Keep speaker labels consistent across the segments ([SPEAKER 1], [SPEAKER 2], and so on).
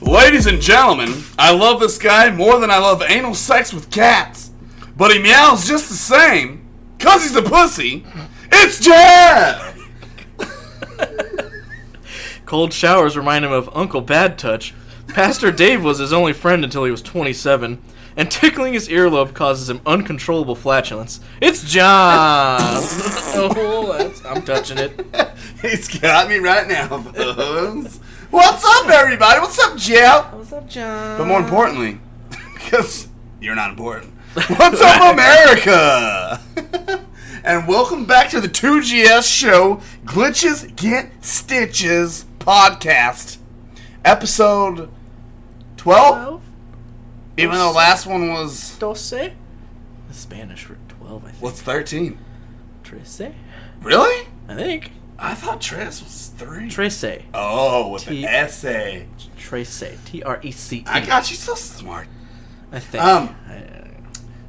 [SPEAKER 1] Ladies and gentlemen, I love this guy more than I love anal sex with cats, but he meows just the same, cause he's a pussy. It's Jeff!
[SPEAKER 2] Cold showers remind him of Uncle Bad Touch. Pastor Dave was his only friend until he was 27, and tickling his earlobe causes him uncontrollable flatulence. It's John. oh, that's, I'm touching it.
[SPEAKER 1] He's got me right now, folks. What's up, everybody? What's up, Jeff?
[SPEAKER 2] What's up, John?
[SPEAKER 1] But more importantly, because you're not important. What's up, America? and welcome back to the 2GS show, Glitches Get Stitches podcast, episode 12. Even though the last one was
[SPEAKER 2] doce. Spanish for twelve, I think.
[SPEAKER 1] what's thirteen?
[SPEAKER 2] Trece?
[SPEAKER 1] Really?
[SPEAKER 2] I think
[SPEAKER 1] I thought Tres was three.
[SPEAKER 2] trece.
[SPEAKER 1] oh, with
[SPEAKER 2] T-
[SPEAKER 1] an essay.
[SPEAKER 2] Trece. T R E C E.
[SPEAKER 1] I got you so smart.
[SPEAKER 2] I think.
[SPEAKER 1] Um,
[SPEAKER 2] I-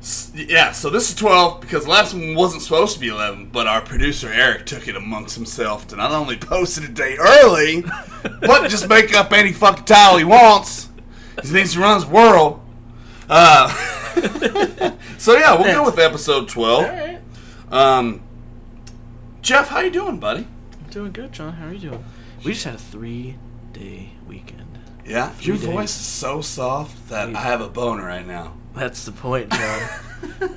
[SPEAKER 1] S- Yeah, so this is twelve because the last one wasn't supposed to be eleven, but our producer Eric took it amongst himself to not only post it a day early, but just make up any fucking tile he wants. He thinks he runs the world. Uh, so yeah, we'll go with episode twelve.
[SPEAKER 2] all right.
[SPEAKER 1] Um, Jeff, how you doing, buddy?
[SPEAKER 2] I'm doing good, John. How are you doing? We just had a three-day weekend.
[SPEAKER 1] Yeah, your
[SPEAKER 2] days.
[SPEAKER 1] voice is so soft that I have a boner right now.
[SPEAKER 2] That's the point, John.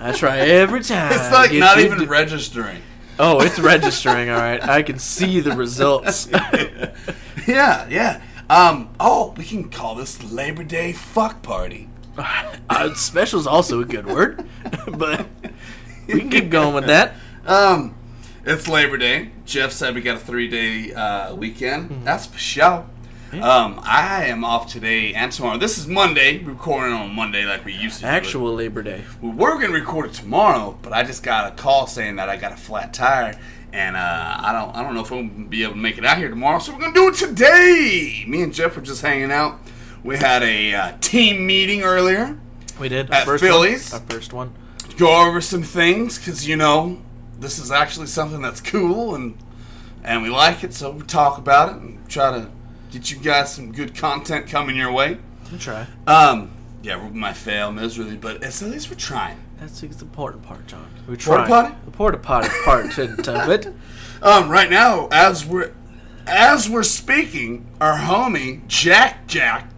[SPEAKER 2] I try every time.
[SPEAKER 1] It's like
[SPEAKER 2] Get
[SPEAKER 1] not
[SPEAKER 2] Uh, you
[SPEAKER 1] even
[SPEAKER 2] to-
[SPEAKER 1] registering.
[SPEAKER 2] oh, it's registering. All right, I can see the results.
[SPEAKER 1] yeah, yeah. Um. Oh, we can call this Labor Day fuck party.
[SPEAKER 2] uh, Special is also a good word, but we can keep going with that.
[SPEAKER 1] Um, it's Labor Day. Jeff said we got a three-day uh, weekend. That's for sure. Um, I am off today and tomorrow. This is Monday. Recording on Monday like we used to. do it.
[SPEAKER 2] Actual Labor Day.
[SPEAKER 1] We were gonna record it tomorrow, but I just got a call saying that I got a flat tire, and uh, I don't I don't know if I'm gonna be able to make it out here tomorrow. So we're gonna do it today. Me and Jeff were just hanging out. We had a uh, team meeting earlier.
[SPEAKER 2] We did
[SPEAKER 1] At Phillies.
[SPEAKER 2] One, our first one.
[SPEAKER 1] Go over some things because you know this is actually something that's cool and and we like it. So we talk about it and try to get you guys some good content coming your way.
[SPEAKER 2] We'll try.
[SPEAKER 1] Um, yeah, we might fail miserably, but it's, at least we're trying.
[SPEAKER 2] That's the important part, John. We
[SPEAKER 1] Porta
[SPEAKER 2] tried.
[SPEAKER 1] potty?
[SPEAKER 2] The porta potty part of it.
[SPEAKER 1] Um, right now, as we're as we're speaking, our homie Jack Jack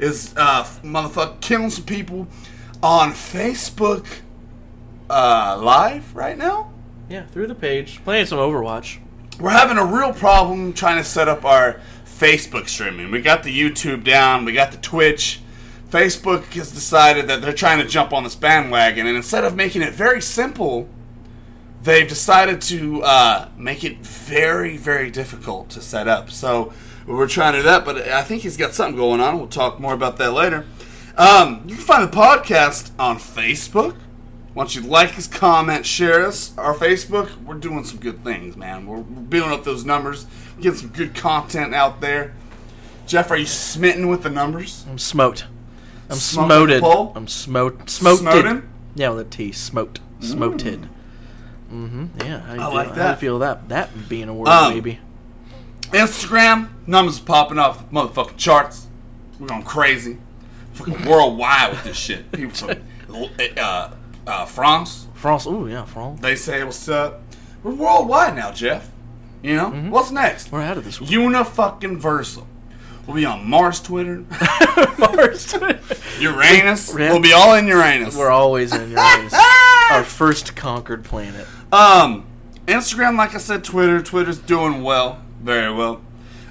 [SPEAKER 1] is uh motherfucker killing some people on Facebook uh live right now.
[SPEAKER 2] Yeah, through the page, playing some Overwatch.
[SPEAKER 1] We're having a real problem trying to set up our Facebook streaming. We got the YouTube down, we got the Twitch. Facebook has decided that they're trying to jump on this bandwagon, and instead of making it very simple, they've decided to uh, make it very, very difficult to set up. So we're trying to do that, but I think he's got something going on. We'll talk more about that later. Um, you can find the podcast on Facebook. Once you like us, comment, share us, our Facebook, we're doing some good things, man. We're we're building up those numbers, getting some good content out there. Jeff, are you smitten with the numbers?
[SPEAKER 2] I'm smote. I'm
[SPEAKER 1] Smoking
[SPEAKER 2] smoted.
[SPEAKER 1] pole?
[SPEAKER 2] I'm smote. Smoted.
[SPEAKER 1] Smoting?
[SPEAKER 2] Yeah, with a T. Smoked. Smoted. Mm-hmm. Yeah. How you
[SPEAKER 1] Mm. I
[SPEAKER 2] feel,
[SPEAKER 1] like
[SPEAKER 2] how
[SPEAKER 1] that.
[SPEAKER 2] you feel that? That being a word,
[SPEAKER 1] Um,
[SPEAKER 2] maybe.
[SPEAKER 1] Instagram numbers popping off the motherfucking charts. We're going crazy, fucking worldwide with this shit. People from uh, uh, France,
[SPEAKER 2] France. Ooh, yeah, France.
[SPEAKER 1] they say what's up. We're worldwide now, Jeff. You know what's next?
[SPEAKER 2] We're out of this world.
[SPEAKER 1] Unifucking versal. We'll be on Mars Twitter,
[SPEAKER 2] Mars.
[SPEAKER 1] Uranus.
[SPEAKER 2] Yeah.
[SPEAKER 1] We'll be all in Uranus.
[SPEAKER 2] We're always in Uranus.
[SPEAKER 1] Ah!
[SPEAKER 2] Our first conquered planet.
[SPEAKER 1] Um, Instagram, like I said, Twitter. Twitter's doing well, very well.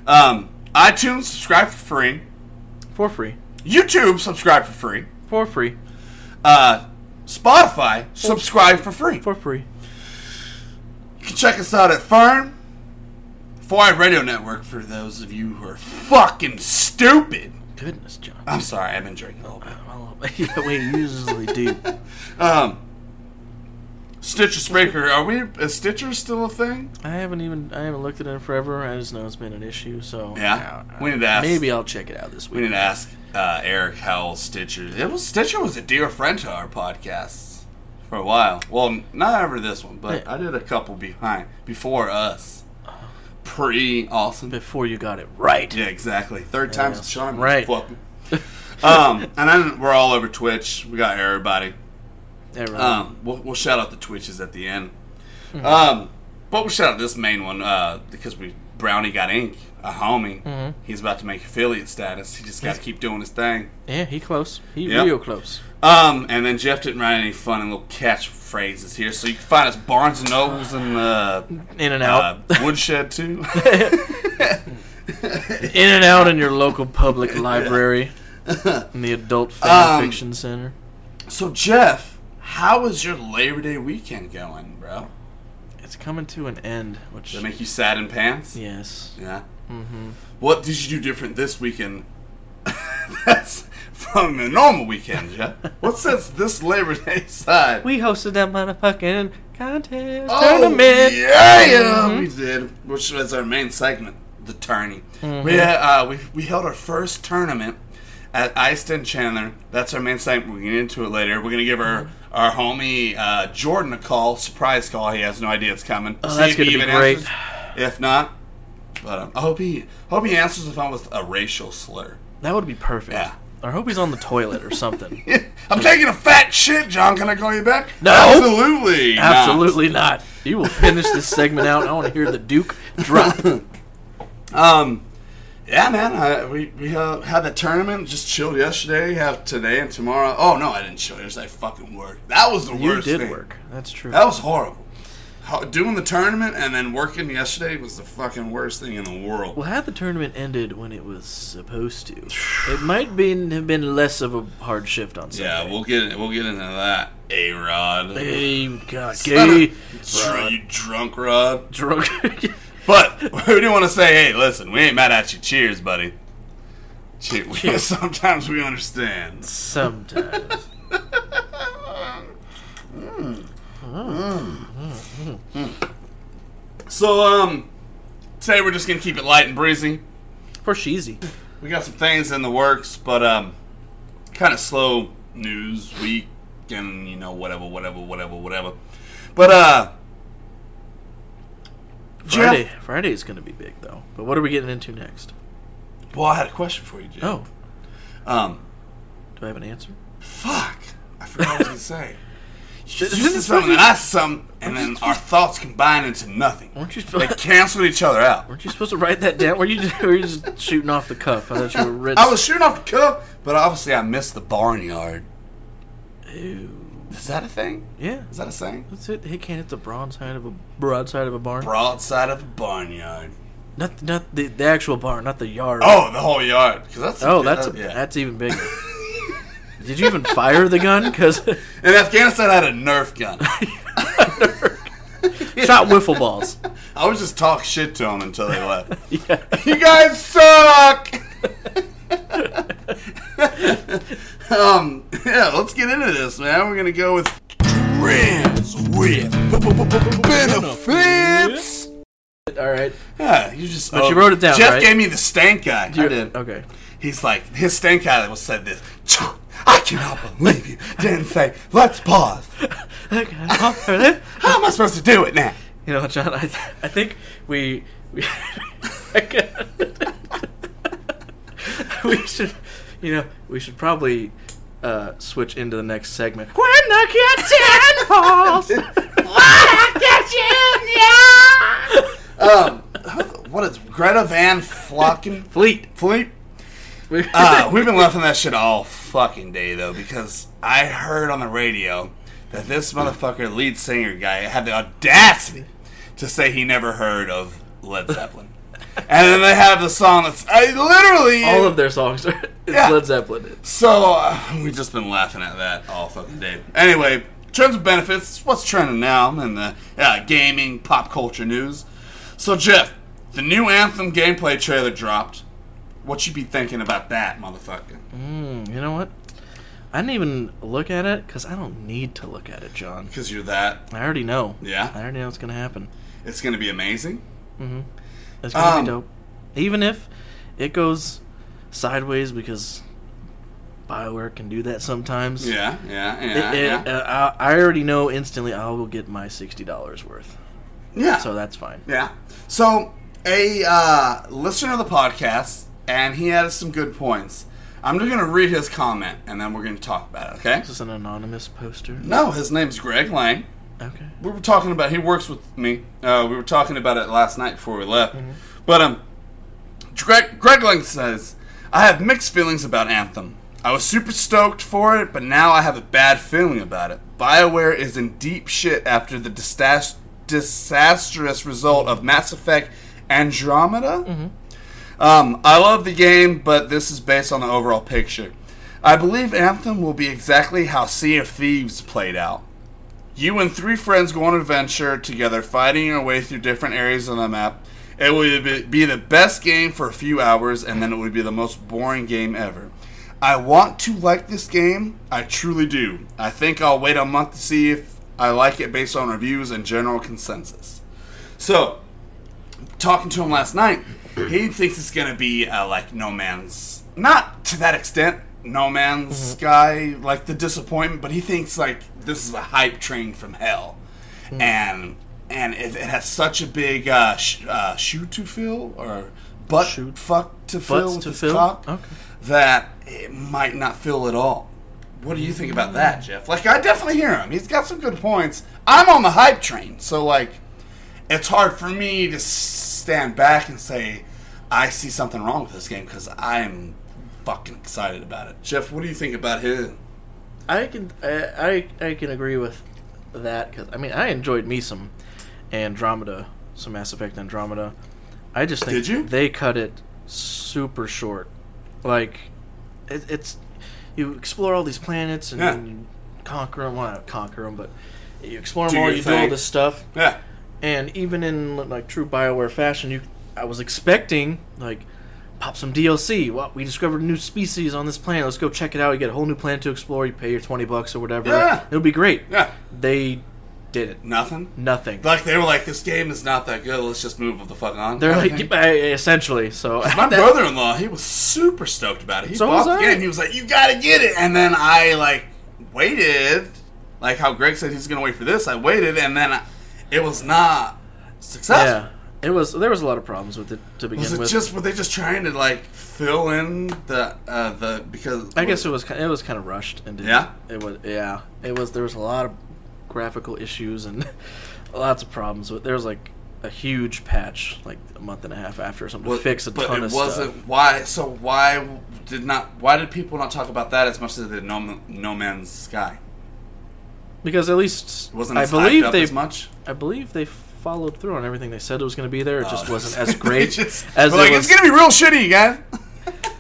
[SPEAKER 1] Um, iTunes, subscribe for free.
[SPEAKER 2] For free.
[SPEAKER 1] YouTube, subscribe for free.
[SPEAKER 2] For free.
[SPEAKER 1] Uh, Spotify, subscribe for free.
[SPEAKER 2] For free.
[SPEAKER 1] check us out at Fern. Four Eyed Radio Network for those of you who are fucking stupid.
[SPEAKER 2] Goodness, John.
[SPEAKER 1] I'm sorry, I've been drinking a little bit.
[SPEAKER 2] Well, yeah, we usually do.
[SPEAKER 1] Um, Stitcher Spreaker, are we? Is Stitcher still a thing?
[SPEAKER 2] I haven't even I haven't looked at it in forever. I just know it's been an issue. So
[SPEAKER 1] Yeah,
[SPEAKER 2] I- I-
[SPEAKER 1] we need to ask.
[SPEAKER 2] Maybe I'll check it out this week.
[SPEAKER 1] We need to ask uh, Eric how Stitcher. It was Stitcher was a dear friend to our podcasts for a while. Well, not ever this one, but
[SPEAKER 2] Yeah.
[SPEAKER 1] I did a couple behind before us, pre Awesome.
[SPEAKER 2] Before you got it right.
[SPEAKER 1] Yeah, exactly. Third time's a
[SPEAKER 2] Yes.
[SPEAKER 1] charm.
[SPEAKER 2] Right.
[SPEAKER 1] Fuck. um, and then we're all over Twitch. We got everybody.
[SPEAKER 2] Yeah, right.
[SPEAKER 1] Um, we'll, we'll shout out the Twitches at the end.
[SPEAKER 2] Mm-hmm.
[SPEAKER 1] Um, but we'll shout out this main one uh, because we Brownie got ink, a homie.
[SPEAKER 2] Mm-hmm.
[SPEAKER 1] He's about to make affiliate status. He just got to keep doing his thing.
[SPEAKER 2] yeah, he close. He
[SPEAKER 1] Yep.
[SPEAKER 2] real close.
[SPEAKER 1] Um, and then Jeff didn't write any fun and little catchphrases here, so you can find us Barnes and Nobles and uh,
[SPEAKER 2] In and
[SPEAKER 1] uh,
[SPEAKER 2] out.
[SPEAKER 1] Woodshed too.
[SPEAKER 2] In and out in your local public library. in the adult fan
[SPEAKER 1] Um,
[SPEAKER 2] fiction center.
[SPEAKER 1] so Jeff, how is your Labor Day weekend going, bro?
[SPEAKER 2] It's coming to an end, which
[SPEAKER 1] Does it make you sad in pants?
[SPEAKER 2] yes.
[SPEAKER 1] Yeah. Mm-hmm. What did you do different this weekend? That's from the normal weekend, Jeff. What sets this Labor Day side?
[SPEAKER 2] We hosted that motherfucking contest
[SPEAKER 1] Oh,
[SPEAKER 2] tournament. Mm-hmm.
[SPEAKER 1] Yeah, yeah, we did. Which was our main segment, the tourney.
[SPEAKER 2] Mm-hmm.
[SPEAKER 1] We, uh, we we held our first tournament at Iceton Chandler. That's our main segment. We're gonna get into it later. We're gonna give our
[SPEAKER 2] Mm-hmm.
[SPEAKER 1] our homie uh, Jordan a call, surprise call. He has no idea it's coming.
[SPEAKER 2] Oh, that's gonna be great.
[SPEAKER 1] answers. If not, but um, I hope he hope he answers the phone with a racial slur.
[SPEAKER 2] That would be perfect.
[SPEAKER 1] Yeah.
[SPEAKER 2] I hope he's on the toilet or something.
[SPEAKER 1] I'm taking a fat shit, John. Can I call you back?
[SPEAKER 2] Mm. No.
[SPEAKER 1] absolutely, not.
[SPEAKER 2] Absolutely not. You will finish this segment out. I want to hear the Duke drop.
[SPEAKER 1] Um, yeah, man. I, we we uh, had that tournament. Just chilled yesterday. Have today and tomorrow. Oh no, I didn't chill. yesterday. I fucking worked. That was the
[SPEAKER 2] You
[SPEAKER 1] worst.
[SPEAKER 2] did
[SPEAKER 1] thing.
[SPEAKER 2] work. That's true.
[SPEAKER 1] That was horrible. Ho- Doing the tournament and then working yesterday was the fucking worst thing in the world.
[SPEAKER 2] Well, had the tournament ended when it was supposed to, it might been have been less of a hard shift on Sunday.
[SPEAKER 1] Yeah, we'll get we'll get into that. A Rod,
[SPEAKER 2] Hey, God,
[SPEAKER 1] you
[SPEAKER 2] gay, Rod.
[SPEAKER 1] drunk Rod.
[SPEAKER 2] drunk.
[SPEAKER 1] But we do want to say, hey, listen, we ain't mad at you. Cheers, buddy. Che- Sometimes we understand.
[SPEAKER 2] Sometimes.
[SPEAKER 1] So, um, today we're just gonna keep it light and breezy.
[SPEAKER 2] For Sheezy.
[SPEAKER 1] We got some things in the works, but um, kind of slow news week and you know whatever, whatever, whatever, whatever. But uh, Jeff-
[SPEAKER 2] Friday. Friday is going to be big, though. But what are we getting into next?
[SPEAKER 1] well, I had a question for you, Jeff.
[SPEAKER 2] Oh,
[SPEAKER 1] Um,
[SPEAKER 2] do I have an answer?
[SPEAKER 1] fuck, I forgot what I was gonna say. You
[SPEAKER 2] This
[SPEAKER 1] said
[SPEAKER 2] is
[SPEAKER 1] something,
[SPEAKER 2] fucking-
[SPEAKER 1] and I said something, and then our thoughts combine into nothing.
[SPEAKER 2] Weren't you
[SPEAKER 1] They
[SPEAKER 2] supposed?
[SPEAKER 1] canceled each other out.
[SPEAKER 2] weren't you supposed to write that down? Were you just, were you just shooting off the cuff? I thought you were rich.
[SPEAKER 1] I was shooting off the cup, but obviously I missed the barnyard.
[SPEAKER 2] Ew.
[SPEAKER 1] Is that a thing?
[SPEAKER 2] Yeah.
[SPEAKER 1] Is that a saying?
[SPEAKER 2] That's it. He can't hit the broadside of a broadside of a barn.
[SPEAKER 1] Broadside of a barnyard.
[SPEAKER 2] Not not the, the actual barn, not the yard.
[SPEAKER 1] Oh, the whole yard. 'Cause that's
[SPEAKER 2] Oh, that's a,
[SPEAKER 1] yeah.
[SPEAKER 2] that's even bigger. Did you even fire the gun? Because
[SPEAKER 1] And Afghanistan had a Nerf gun.
[SPEAKER 2] shot wiffle balls.
[SPEAKER 1] I was just talk shit to them until they left.
[SPEAKER 2] Yeah.
[SPEAKER 1] you guys suck. um, yeah, let's get into this, man. We're gonna go with trends with benefits.
[SPEAKER 2] All right.
[SPEAKER 1] Yeah, you just. But
[SPEAKER 2] you wrote it down,
[SPEAKER 1] Jeff
[SPEAKER 2] right?
[SPEAKER 1] gave me the stank guy. I did.
[SPEAKER 2] Okay.
[SPEAKER 1] He's like, his stank guy was said this. I cannot believe you didn't say. Let's pause.
[SPEAKER 2] Okay.
[SPEAKER 1] How am I supposed to do it now?
[SPEAKER 2] you know, John, I, I think we we, we should you know we should probably uh, switch into the next segment. When the kitchen falls, when the kitchen yeah.
[SPEAKER 1] Um, what is Greta Van Flocken
[SPEAKER 2] Fleet.
[SPEAKER 1] Fleet?
[SPEAKER 2] We-
[SPEAKER 1] Uh, we've been laughing that shit all fucking day though because I heard on the radio that this motherfucker lead singer guy had the audacity to say he never heard of Led Zeppelin, and then they have the song that's I literally
[SPEAKER 2] all of their songs are it's
[SPEAKER 1] Yeah.
[SPEAKER 2] Led Zeppelin.
[SPEAKER 1] So uh, we've just been laughing at that all fucking day. Anyway, In terms of benefits, what's trending now in the uh, gaming pop culture news? So, Jeff, the new Anthem gameplay trailer dropped. What you be thinking about that, motherfucker?
[SPEAKER 2] You know what? I didn't even look at it because I don't need to look at it, John.
[SPEAKER 1] Because you're that.
[SPEAKER 2] I already know.
[SPEAKER 1] Yeah.
[SPEAKER 2] I already know what's gonna happen.
[SPEAKER 1] It's gonna be amazing.
[SPEAKER 2] It's gonna
[SPEAKER 1] Um,
[SPEAKER 2] be dope. Even if it goes sideways because Bioware can do that sometimes.
[SPEAKER 1] Yeah, yeah,
[SPEAKER 2] It,
[SPEAKER 1] yeah,
[SPEAKER 2] it,
[SPEAKER 1] yeah.
[SPEAKER 2] uh, I I already know instantly I will get my sixty dollars worth,
[SPEAKER 1] yeah.
[SPEAKER 2] so that's fine.
[SPEAKER 1] Yeah. So a uh, listener of the podcast, and he had some good points. I'm just gonna read his comment, and then we're gonna talk about it. Okay?
[SPEAKER 2] Is this an anonymous poster?
[SPEAKER 1] No, his name's Greg Lang.
[SPEAKER 2] Okay.
[SPEAKER 1] We were talking about he works with me. Uh, we were talking about it last night before we left. But um, Greg Greg Lang says I have mixed feelings about Anthem. I was super stoked for it, but now I have a bad feeling about it. BioWare is in deep shit after the distas- disastrous result of Mass Effect Andromeda. Um, I love the game, but this is based on the overall picture. I believe Anthem will be exactly how Sea of Thieves played out. You and three friends go on an adventure together, fighting your way through different areas on the map. It will be- be the best game for a few hours, and then it will be the most boring game ever. I want to like this game. I truly do. I think I'll wait a month to see if I like it based on reviews and general consensus. So, talking to him last night, he thinks it's gonna be uh, like No Man's, not to that extent, No Man's Sky, like the disappointment, but he thinks like this is a hype train from hell, and and it, it has such a big uh, sh- uh, shoe to fill or butt
[SPEAKER 2] Shoot.
[SPEAKER 1] fuck to fill with
[SPEAKER 2] to
[SPEAKER 1] his
[SPEAKER 2] fill?
[SPEAKER 1] cock
[SPEAKER 2] Okay.
[SPEAKER 1] that it might not fill at all. What do you think about that,
[SPEAKER 2] Mm.
[SPEAKER 1] Jeff? Like, I definitely hear him. He's got some good points. I'm on the hype train, so like it's hard for me to stand back and say I see something wrong with this game because I'm fucking excited about it. Jeff, what do you think about him?
[SPEAKER 2] I can I I, I can agree with that because I mean I enjoyed me some Andromeda, some Mass Effect Andromeda. I just think
[SPEAKER 1] Did you?
[SPEAKER 2] they cut it super short. Like it, it's you explore all these planets and
[SPEAKER 1] Yeah.
[SPEAKER 2] you conquer them. Well, not conquer them, but you explore them
[SPEAKER 1] Do
[SPEAKER 2] all.
[SPEAKER 1] your
[SPEAKER 2] You do all
[SPEAKER 1] thing.
[SPEAKER 2] this stuff,
[SPEAKER 1] Yeah,
[SPEAKER 2] and even in like true Bioware fashion, you I was expecting like pop some DLC. Well, we discovered a new species on this planet. Let's go check it out. You get a whole new planet to explore. You pay your twenty bucks or whatever.
[SPEAKER 1] Yeah.
[SPEAKER 2] it'll be great.
[SPEAKER 1] yeah,
[SPEAKER 2] They did it.
[SPEAKER 1] nothing.
[SPEAKER 2] Nothing.
[SPEAKER 1] Like they were like, this game is not that good. Let's just move the fuck on.
[SPEAKER 2] They're
[SPEAKER 1] I
[SPEAKER 2] like
[SPEAKER 1] think-
[SPEAKER 2] eh, essentially. So
[SPEAKER 1] my
[SPEAKER 2] that-
[SPEAKER 1] brother-in-law, he was super stoked about it. He
[SPEAKER 2] So
[SPEAKER 1] bought
[SPEAKER 2] was
[SPEAKER 1] the
[SPEAKER 2] I.
[SPEAKER 1] game. He was like, you gotta get it. And then I like waited, like how Greg said he's gonna wait for this. I waited, and then I, it was not successful.
[SPEAKER 2] Yeah, it was. There was a lot of problems with it to begin
[SPEAKER 1] Was it
[SPEAKER 2] with.
[SPEAKER 1] just were they just trying to like fill in the uh, the because
[SPEAKER 2] I guess it was. ki- It was kind of rushed and didn't-
[SPEAKER 1] Yeah?
[SPEAKER 2] it was. Yeah, it was. There was a lot of graphical issues and lots of problems. With there was like a huge patch like a month and a half after or something
[SPEAKER 1] Well,
[SPEAKER 2] to fix a
[SPEAKER 1] but
[SPEAKER 2] ton
[SPEAKER 1] it
[SPEAKER 2] of
[SPEAKER 1] wasn't
[SPEAKER 2] stuff.
[SPEAKER 1] why so why did not why did people not talk about that as much as they did No, Ma- no Man's Sky
[SPEAKER 2] Because at least
[SPEAKER 1] it wasn't
[SPEAKER 2] I
[SPEAKER 1] as hyped
[SPEAKER 2] believe
[SPEAKER 1] up
[SPEAKER 2] they.
[SPEAKER 1] as much
[SPEAKER 2] I believe they followed through on everything they said it was going to be there. It just
[SPEAKER 1] Oh.
[SPEAKER 2] wasn't as
[SPEAKER 1] They
[SPEAKER 2] great
[SPEAKER 1] just-
[SPEAKER 2] as
[SPEAKER 1] They're
[SPEAKER 2] it
[SPEAKER 1] like
[SPEAKER 2] was.
[SPEAKER 1] it's gonna be real shitty guys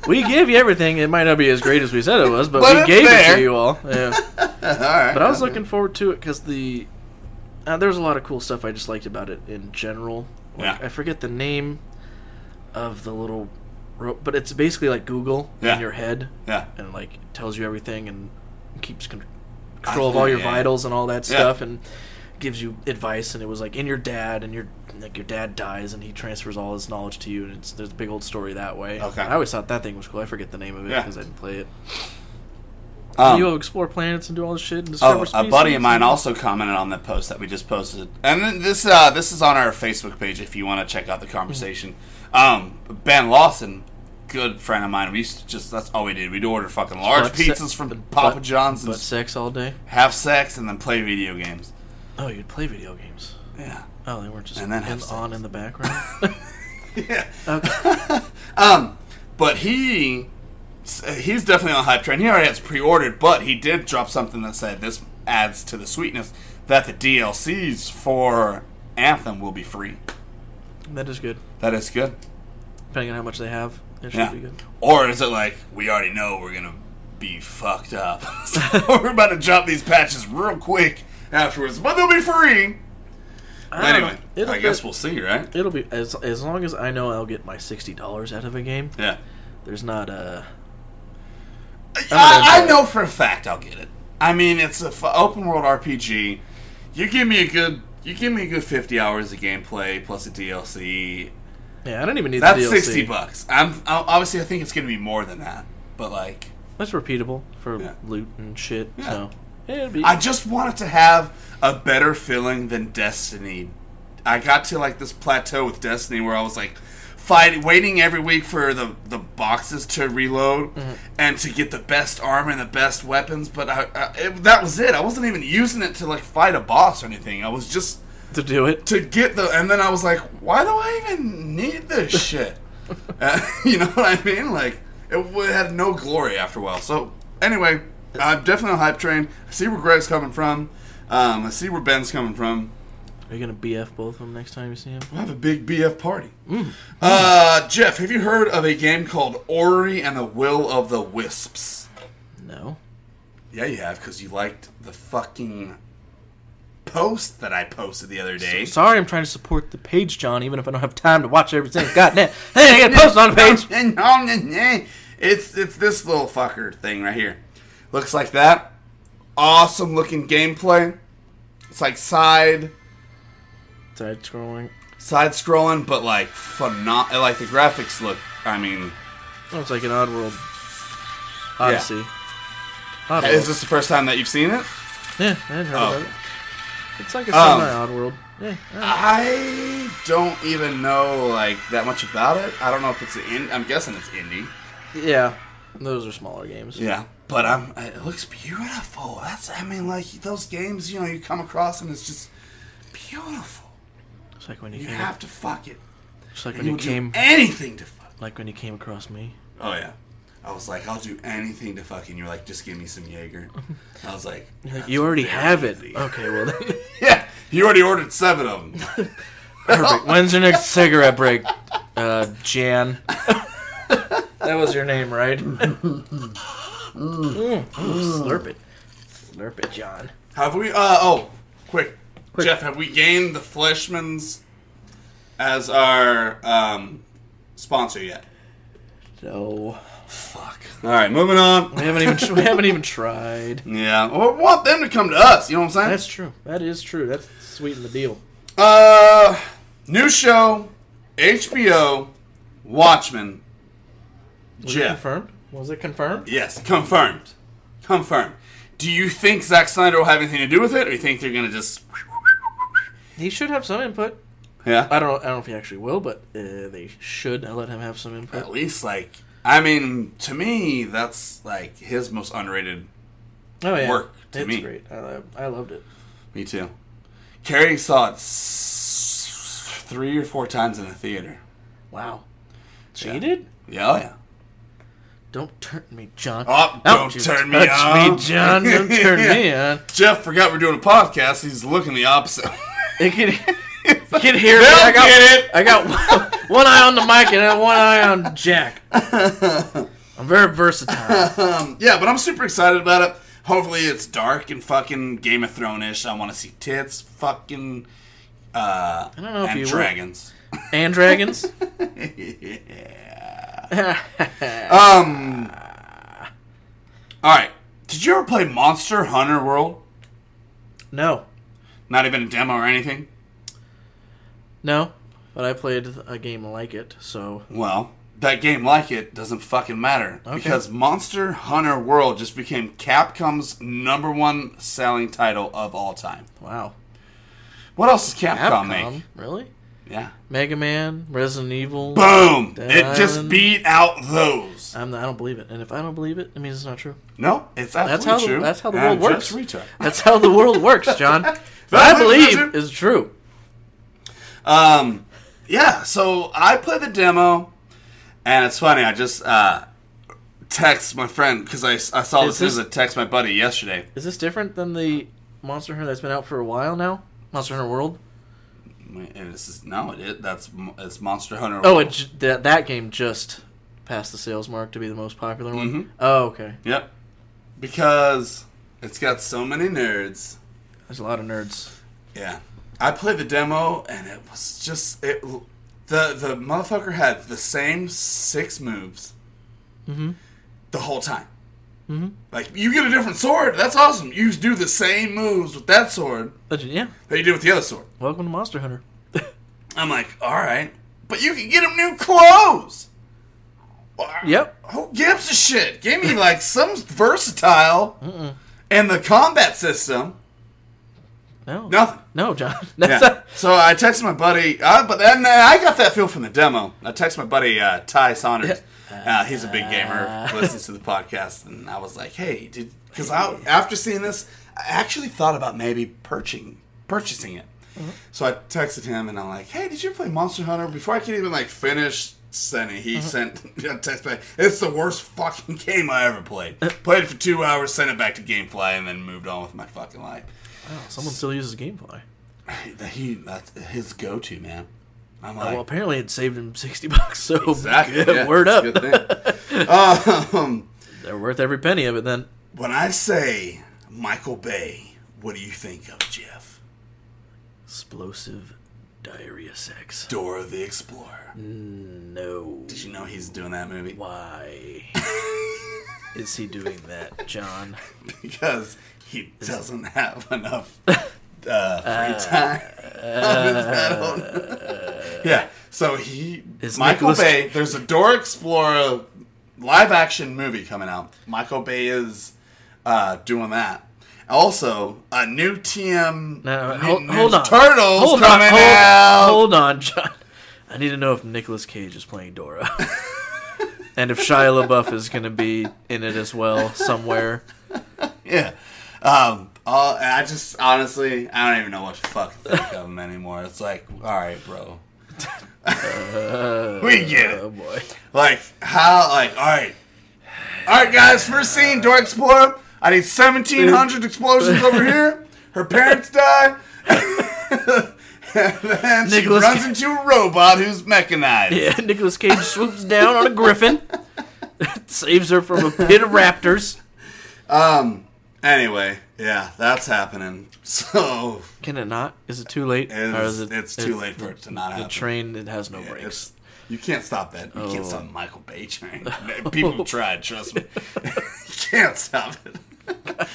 [SPEAKER 2] we gave you everything. It might not be as great as we said it was, but,
[SPEAKER 1] But
[SPEAKER 2] we
[SPEAKER 1] it's
[SPEAKER 2] gave it
[SPEAKER 1] there.
[SPEAKER 2] to you all. Yeah.
[SPEAKER 1] all right
[SPEAKER 2] But I was looking forward to it because the uh, there was a lot of cool stuff I just liked about it in general. Like,
[SPEAKER 1] Yeah.
[SPEAKER 2] I forget the name of the little, ro- but it's basically like Google
[SPEAKER 1] Yeah.
[SPEAKER 2] in your head,
[SPEAKER 1] yeah
[SPEAKER 2] and like tells you everything and keeps con- control of
[SPEAKER 1] think-
[SPEAKER 2] all your
[SPEAKER 1] yeah.
[SPEAKER 2] vitals and all that
[SPEAKER 1] Yeah.
[SPEAKER 2] stuff, and gives you advice. And it was like in your dad, and your like your dad dies, and he transfers all his knowledge to you, and it's there's a big old story that way.
[SPEAKER 1] Okay.
[SPEAKER 2] I always thought that thing was cool. I forget the name of it
[SPEAKER 1] Yeah.
[SPEAKER 2] because I didn't play it.
[SPEAKER 1] Um,
[SPEAKER 2] you explore planets and do all this shit and discover
[SPEAKER 1] Oh, a
[SPEAKER 2] species
[SPEAKER 1] buddy of mine
[SPEAKER 2] and-
[SPEAKER 1] also commented on the post that we just posted, and then this uh, this is on our Facebook page if you want to check out
[SPEAKER 2] Mm-hmm.
[SPEAKER 1] the conversation. Um, ben Lawson, good friend of mine, we used to just that's all we did. We'd order fucking large
[SPEAKER 2] Butt se-
[SPEAKER 1] pizzas from Papa
[SPEAKER 2] butt-
[SPEAKER 1] John's and
[SPEAKER 2] But sex all day?
[SPEAKER 1] have sex and then play video games.
[SPEAKER 2] Oh, you'd play video games.
[SPEAKER 1] Yeah,
[SPEAKER 2] Oh, they weren't just
[SPEAKER 1] And then
[SPEAKER 2] in-
[SPEAKER 1] have sex.
[SPEAKER 2] on in the background.
[SPEAKER 1] yeah.
[SPEAKER 2] okay.
[SPEAKER 1] Um, but he he's definitely on the hype train. He already has pre-ordered, but he did drop something that said this adds to the sweetness that the DLCs for Anthem will be free.
[SPEAKER 2] that is good.
[SPEAKER 1] That is good.
[SPEAKER 2] Depending on how much they have, it should
[SPEAKER 1] Yeah.
[SPEAKER 2] be good.
[SPEAKER 1] Or is it like we already know we're gonna be fucked up. so we're about to drop these patches real quick afterwards, but they'll be free.
[SPEAKER 2] don't know.
[SPEAKER 1] Anyway,
[SPEAKER 2] Ah, It'll
[SPEAKER 1] I guess
[SPEAKER 2] be-
[SPEAKER 1] we'll see, right?
[SPEAKER 2] It'll be as as long as I know I'll get my sixty dollars out of a game.
[SPEAKER 1] Yeah.
[SPEAKER 2] There's not a
[SPEAKER 1] I, I know for a fact I'll get it. I mean, it's a f- open world RPG. You give me a good, you give me a good fifty hours of gameplay plus a DLC.
[SPEAKER 2] yeah. I don't even need
[SPEAKER 1] That's
[SPEAKER 2] the DLC.
[SPEAKER 1] sixty bucks. I'm I- obviously I think it's going to be more than that, but like
[SPEAKER 2] That's repeatable for
[SPEAKER 1] Yeah.
[SPEAKER 2] loot and shit.
[SPEAKER 1] Yeah.
[SPEAKER 2] So yeah, it'll be.
[SPEAKER 1] I just wanted to have a better feeling than Destiny. I got to like this plateau with Destiny where I was like fighting, waiting every week for the the boxes to reload and to get the best armor and the best weapons. But I, I it, that was it. I wasn't even using it to like fight a boss or anything. I was just
[SPEAKER 2] to do it.
[SPEAKER 1] to get the and then I was like, why do I even need this shit? Uh, you know what I mean? Like it w- had no glory after a while. So anyway, I'm definitely on hype train. I see where Greg's coming from. Um, I see where Ben's coming from.
[SPEAKER 2] Are you gonna BF both of them next time you see him?
[SPEAKER 1] I have a big BF party. Uh, Jeff, have you heard of a game called Ori and the Will of the Wisps?
[SPEAKER 2] No.
[SPEAKER 1] Yeah, you have because you liked the fucking post that I posted the other day.
[SPEAKER 2] Sorry, I'm trying to support the page, John. Even if I don't have time to watch every single goddamn. Hey, I got a post on the page.
[SPEAKER 1] It's it's this little fucker thing right here. Looks like that. Awesome looking gameplay. It's like side
[SPEAKER 2] Side scrolling.
[SPEAKER 1] side scrolling, but like phenomenal. Like the graphics look. I mean,
[SPEAKER 2] Oh, it's like an Oddworld Odyssey. Oddworld.
[SPEAKER 1] is this the first time that you've seen it?
[SPEAKER 2] Yeah, I hadn't heard
[SPEAKER 1] Oh,
[SPEAKER 2] about
[SPEAKER 1] okay.
[SPEAKER 2] it. It's like a
[SPEAKER 1] Um,
[SPEAKER 2] semi Oddworld. Yeah. alright.
[SPEAKER 1] I don't even know like that much about it. I don't know if it's an. In- I'm guessing it's indie.
[SPEAKER 2] Yeah. Those are smaller games.
[SPEAKER 1] Yeah, but um, it looks beautiful. That's I mean, like those games, you know, you come across and it's just beautiful.
[SPEAKER 2] It's like when you,
[SPEAKER 1] You
[SPEAKER 2] came.
[SPEAKER 1] have to fuck it.
[SPEAKER 2] It's
[SPEAKER 1] And
[SPEAKER 2] like when you
[SPEAKER 1] you'll
[SPEAKER 2] came.
[SPEAKER 1] do anything to fuck.
[SPEAKER 2] Like when you came across me.
[SPEAKER 1] Oh yeah. I was like, I'll do anything to fucking. You're like, just give me some Jaeger. I was like,
[SPEAKER 2] Like,
[SPEAKER 1] "That's
[SPEAKER 2] you already
[SPEAKER 1] very
[SPEAKER 2] have it.
[SPEAKER 1] easy."
[SPEAKER 2] Okay, well then.
[SPEAKER 1] Yeah, you already ordered seven of them.
[SPEAKER 2] Perfect. When's your next cigarette break, uh, Jan? that was your name, right? Mm, ooh, slurp it. Slurp it, John.
[SPEAKER 1] have we? Uh oh, quick. Jeff, have we gained the Fleshmans as our um, sponsor yet?
[SPEAKER 2] No.
[SPEAKER 1] Fuck. All right, moving on.
[SPEAKER 2] We haven't even we haven't even tried.
[SPEAKER 1] Yeah, well, we want them to come to us. You know what I'm saying?
[SPEAKER 2] That's true. That is true. That's sweetened the deal.
[SPEAKER 1] Uh, new show, HBO, Watchmen.
[SPEAKER 2] Was it
[SPEAKER 1] Jeff.
[SPEAKER 2] confirmed? Was it confirmed?
[SPEAKER 1] Yes, confirmed. Confirmed. Do you think Zack Snyder will have anything to do with it, or you think they're gonna just?
[SPEAKER 2] He should have some input.
[SPEAKER 1] Yeah.
[SPEAKER 2] I don't. I don't know if he actually will, but uh, they should. I let him have some
[SPEAKER 1] At
[SPEAKER 2] input.
[SPEAKER 1] least, like, I mean, to me, that's like his most underrated.
[SPEAKER 2] Oh yeah,
[SPEAKER 1] work to
[SPEAKER 2] it's
[SPEAKER 1] me.
[SPEAKER 2] great. I, lo- I loved it.
[SPEAKER 1] Me too. Carrie saw it s- three or four times in the theater.
[SPEAKER 2] Wow. Cheated?
[SPEAKER 1] Yeah. Oh, yeah.
[SPEAKER 2] Don't turn me, John.
[SPEAKER 1] Oh, don't
[SPEAKER 2] you
[SPEAKER 1] turn me
[SPEAKER 2] touch
[SPEAKER 1] on.
[SPEAKER 2] me, John. Don't turn me on.
[SPEAKER 1] Jeff forgot we're doing a podcast. He's looking the opposite.
[SPEAKER 2] It can, it can hear me.
[SPEAKER 1] They'll
[SPEAKER 2] I got,
[SPEAKER 1] get it.
[SPEAKER 2] I got one eye on the mic and one eye on Jack. I'm very versatile.
[SPEAKER 1] Yeah, but I'm super excited about it. Hopefully, it's dark and fucking Game of Thrones ish. I want to see tits, fucking, uh, I
[SPEAKER 2] don't know if
[SPEAKER 1] and
[SPEAKER 2] you will.
[SPEAKER 1] dragons.
[SPEAKER 2] And dragons?
[SPEAKER 1] Um, all right. Did you ever play Monster Hunter World?
[SPEAKER 2] No.
[SPEAKER 1] Not even a demo or anything.
[SPEAKER 2] No. But I played a game like it, so.
[SPEAKER 1] Well, that game like it doesn't fucking matter because Monster Hunter World just became Capcom's number one selling title of all time.
[SPEAKER 2] Wow.
[SPEAKER 1] What else does Capcom,
[SPEAKER 2] Capcom?
[SPEAKER 1] make?
[SPEAKER 2] Really?
[SPEAKER 1] Yeah.
[SPEAKER 2] Mega Man? Resident Evil?
[SPEAKER 1] Boom! It
[SPEAKER 2] Dun.
[SPEAKER 1] just beat out those.
[SPEAKER 2] I'm the, I don't believe it. And if I don't believe it, it means it's not true.
[SPEAKER 1] No, it's absolutely
[SPEAKER 2] That's how the-
[SPEAKER 1] true.
[SPEAKER 2] that's how the
[SPEAKER 1] And
[SPEAKER 2] world
[SPEAKER 1] Jeff's
[SPEAKER 2] works.
[SPEAKER 1] retard.
[SPEAKER 2] That's how the world works, John. What I believe is true.
[SPEAKER 1] Um, yeah. So I play the demo, and it's funny. I just uh, text my friend because I, I saw
[SPEAKER 2] Is
[SPEAKER 1] this, as
[SPEAKER 2] this-
[SPEAKER 1] a text my buddy yesterday.
[SPEAKER 2] Is this different than the Monster Hunter that's been out for a while now? Monster Hunter World?
[SPEAKER 1] And this is no, it is, that's m- it's Monster Hunter.
[SPEAKER 2] Oh, it, Mm-hmm. j- that that game just passed the sales mark to be the most popular one. Oh, okay.
[SPEAKER 1] yep. because it's got so many nerds.
[SPEAKER 2] There's a lot of nerds.
[SPEAKER 1] Yeah. I played the demo and it was just it the the motherfucker had the same six moves. The whole time. Like you get a different sword. That's awesome. You do the same moves with that sword
[SPEAKER 2] But, yeah.
[SPEAKER 1] that you did with the other sword.
[SPEAKER 2] Welcome to Monster Hunter.
[SPEAKER 1] I'm like, all right, but you can get him new clothes.
[SPEAKER 2] Yep.
[SPEAKER 1] Who gives a shit? Give me like some versatile and the combat system.
[SPEAKER 2] No.
[SPEAKER 1] Nothing.
[SPEAKER 2] No, John.
[SPEAKER 1] Yeah. so I texted my buddy, uh, but then uh, I got that feel from the demo. I texted my buddy uh, Ty Saunders. Uh, he's a big gamer, listens to the podcast, and I was like, "Hey, did?" Because I after seeing this, I actually thought about maybe purchasing purchasing it. So I texted him, and I'm like, "Hey, did you play Monster Hunter?" Before I could even like finish sending, he sent a text back. It's the worst fucking game I ever played. played it for two hours, sent it back to GameFly, and then moved on with my fucking life.
[SPEAKER 2] Someone still uses Gamefly.
[SPEAKER 1] That he that's his go to man. I'm like
[SPEAKER 2] Oh, Well, apparently it saved him 60 bucks, so
[SPEAKER 1] exactly.
[SPEAKER 2] good,
[SPEAKER 1] yeah,
[SPEAKER 2] word
[SPEAKER 1] it's
[SPEAKER 2] up.
[SPEAKER 1] a Good thing. um,
[SPEAKER 2] They're worth every penny of it then.
[SPEAKER 1] when I say Michael Bay, what do you think of Jeff?
[SPEAKER 2] Explosive diarrhea sex.
[SPEAKER 1] Dora the Explorer.
[SPEAKER 2] No.
[SPEAKER 1] Did you know he's doing that movie?
[SPEAKER 2] Why is he doing that, John?
[SPEAKER 1] Because he doesn't have enough uh, free
[SPEAKER 2] uh,
[SPEAKER 1] time. on his own. yeah. So he
[SPEAKER 2] uh, Is
[SPEAKER 1] Michael
[SPEAKER 2] Nicolas-
[SPEAKER 1] Bay. There's a Dora Explorer live action movie coming out. Michael Bay is uh, doing that. Also, a new TM
[SPEAKER 2] No,
[SPEAKER 1] new-
[SPEAKER 2] hold,
[SPEAKER 1] new
[SPEAKER 2] hold on.
[SPEAKER 1] Turtles
[SPEAKER 2] hold
[SPEAKER 1] coming
[SPEAKER 2] on, hold,
[SPEAKER 1] out.
[SPEAKER 2] Hold on, John. I need to know if Nicolas Cage is playing Dora. and if Shia LaBeouf is going to be in it as well somewhere.
[SPEAKER 1] Yeah. Um, all, I just honestly, I don't even know what to fuck think of him anymore. It's like, all right, bro. we get it.
[SPEAKER 2] Oh, boy.
[SPEAKER 1] Like how? Like all right, all right, guys. First scene, door explorer. I need seventeen hundred explosions over here. Her parents die. and then she
[SPEAKER 2] Nicolas
[SPEAKER 1] runs
[SPEAKER 2] Ca-
[SPEAKER 1] into a robot who's mechanized.
[SPEAKER 2] Yeah, Nicolas Cage swoops down on a griffin, saves her from a pit of raptors.
[SPEAKER 1] Anyway, yeah, that's happening. So
[SPEAKER 2] Can it not? Is it too late?
[SPEAKER 1] it's,
[SPEAKER 2] Or is it,
[SPEAKER 1] it's too late for it to not
[SPEAKER 2] The
[SPEAKER 1] happen.
[SPEAKER 2] train it has no
[SPEAKER 1] Yeah,
[SPEAKER 2] brakes.
[SPEAKER 1] it's- You can't stop that. You
[SPEAKER 2] Oh.
[SPEAKER 1] can't stop Michael Bay train. People have tried, trust me. you can't stop it.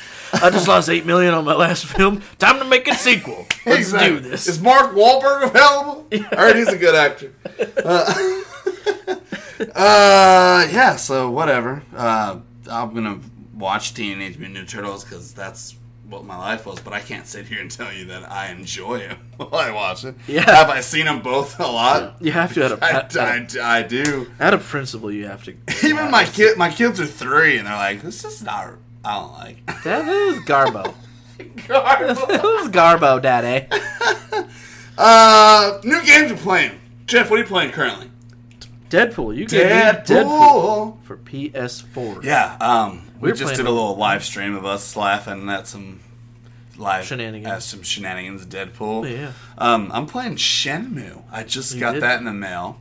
[SPEAKER 2] I just lost eight million on my last film. Time to make a sequel. Let's do this.
[SPEAKER 1] Is Mark Wahlberg available? All right, he's a good actor. Uh, uh, yeah, so whatever. Uh, I'm going to watch Teenage Mutant Ninja Turtles because that's what my life was, but I can't sit here and tell you that I enjoy it while I watch it.
[SPEAKER 2] Yeah.
[SPEAKER 1] Have I seen them both a lot?
[SPEAKER 2] you have to at a,
[SPEAKER 1] I,
[SPEAKER 2] at,
[SPEAKER 1] I, I do.
[SPEAKER 2] a- at a principle. You have to.
[SPEAKER 1] Even my kid, my kids are three, and they're like, "This is not. I don't like."
[SPEAKER 2] That is Garbo.
[SPEAKER 1] Garbo.
[SPEAKER 2] That is Garbo, Daddy.
[SPEAKER 1] uh, new games we're playing. Jeff, what are you playing currently?
[SPEAKER 2] Deadpool. You gave
[SPEAKER 1] Deadpool.
[SPEAKER 2] me Deadpool for PS4.
[SPEAKER 1] Yeah. Um, we
[SPEAKER 2] We're
[SPEAKER 1] just
[SPEAKER 2] playing-
[SPEAKER 1] did a little live stream of us laughing at some live
[SPEAKER 2] Shenanigans.
[SPEAKER 1] at some shenanigans. of Deadpool.
[SPEAKER 2] Yeah.
[SPEAKER 1] Um, I'm playing Shenmue. I just got
[SPEAKER 2] did.
[SPEAKER 1] that in the mail.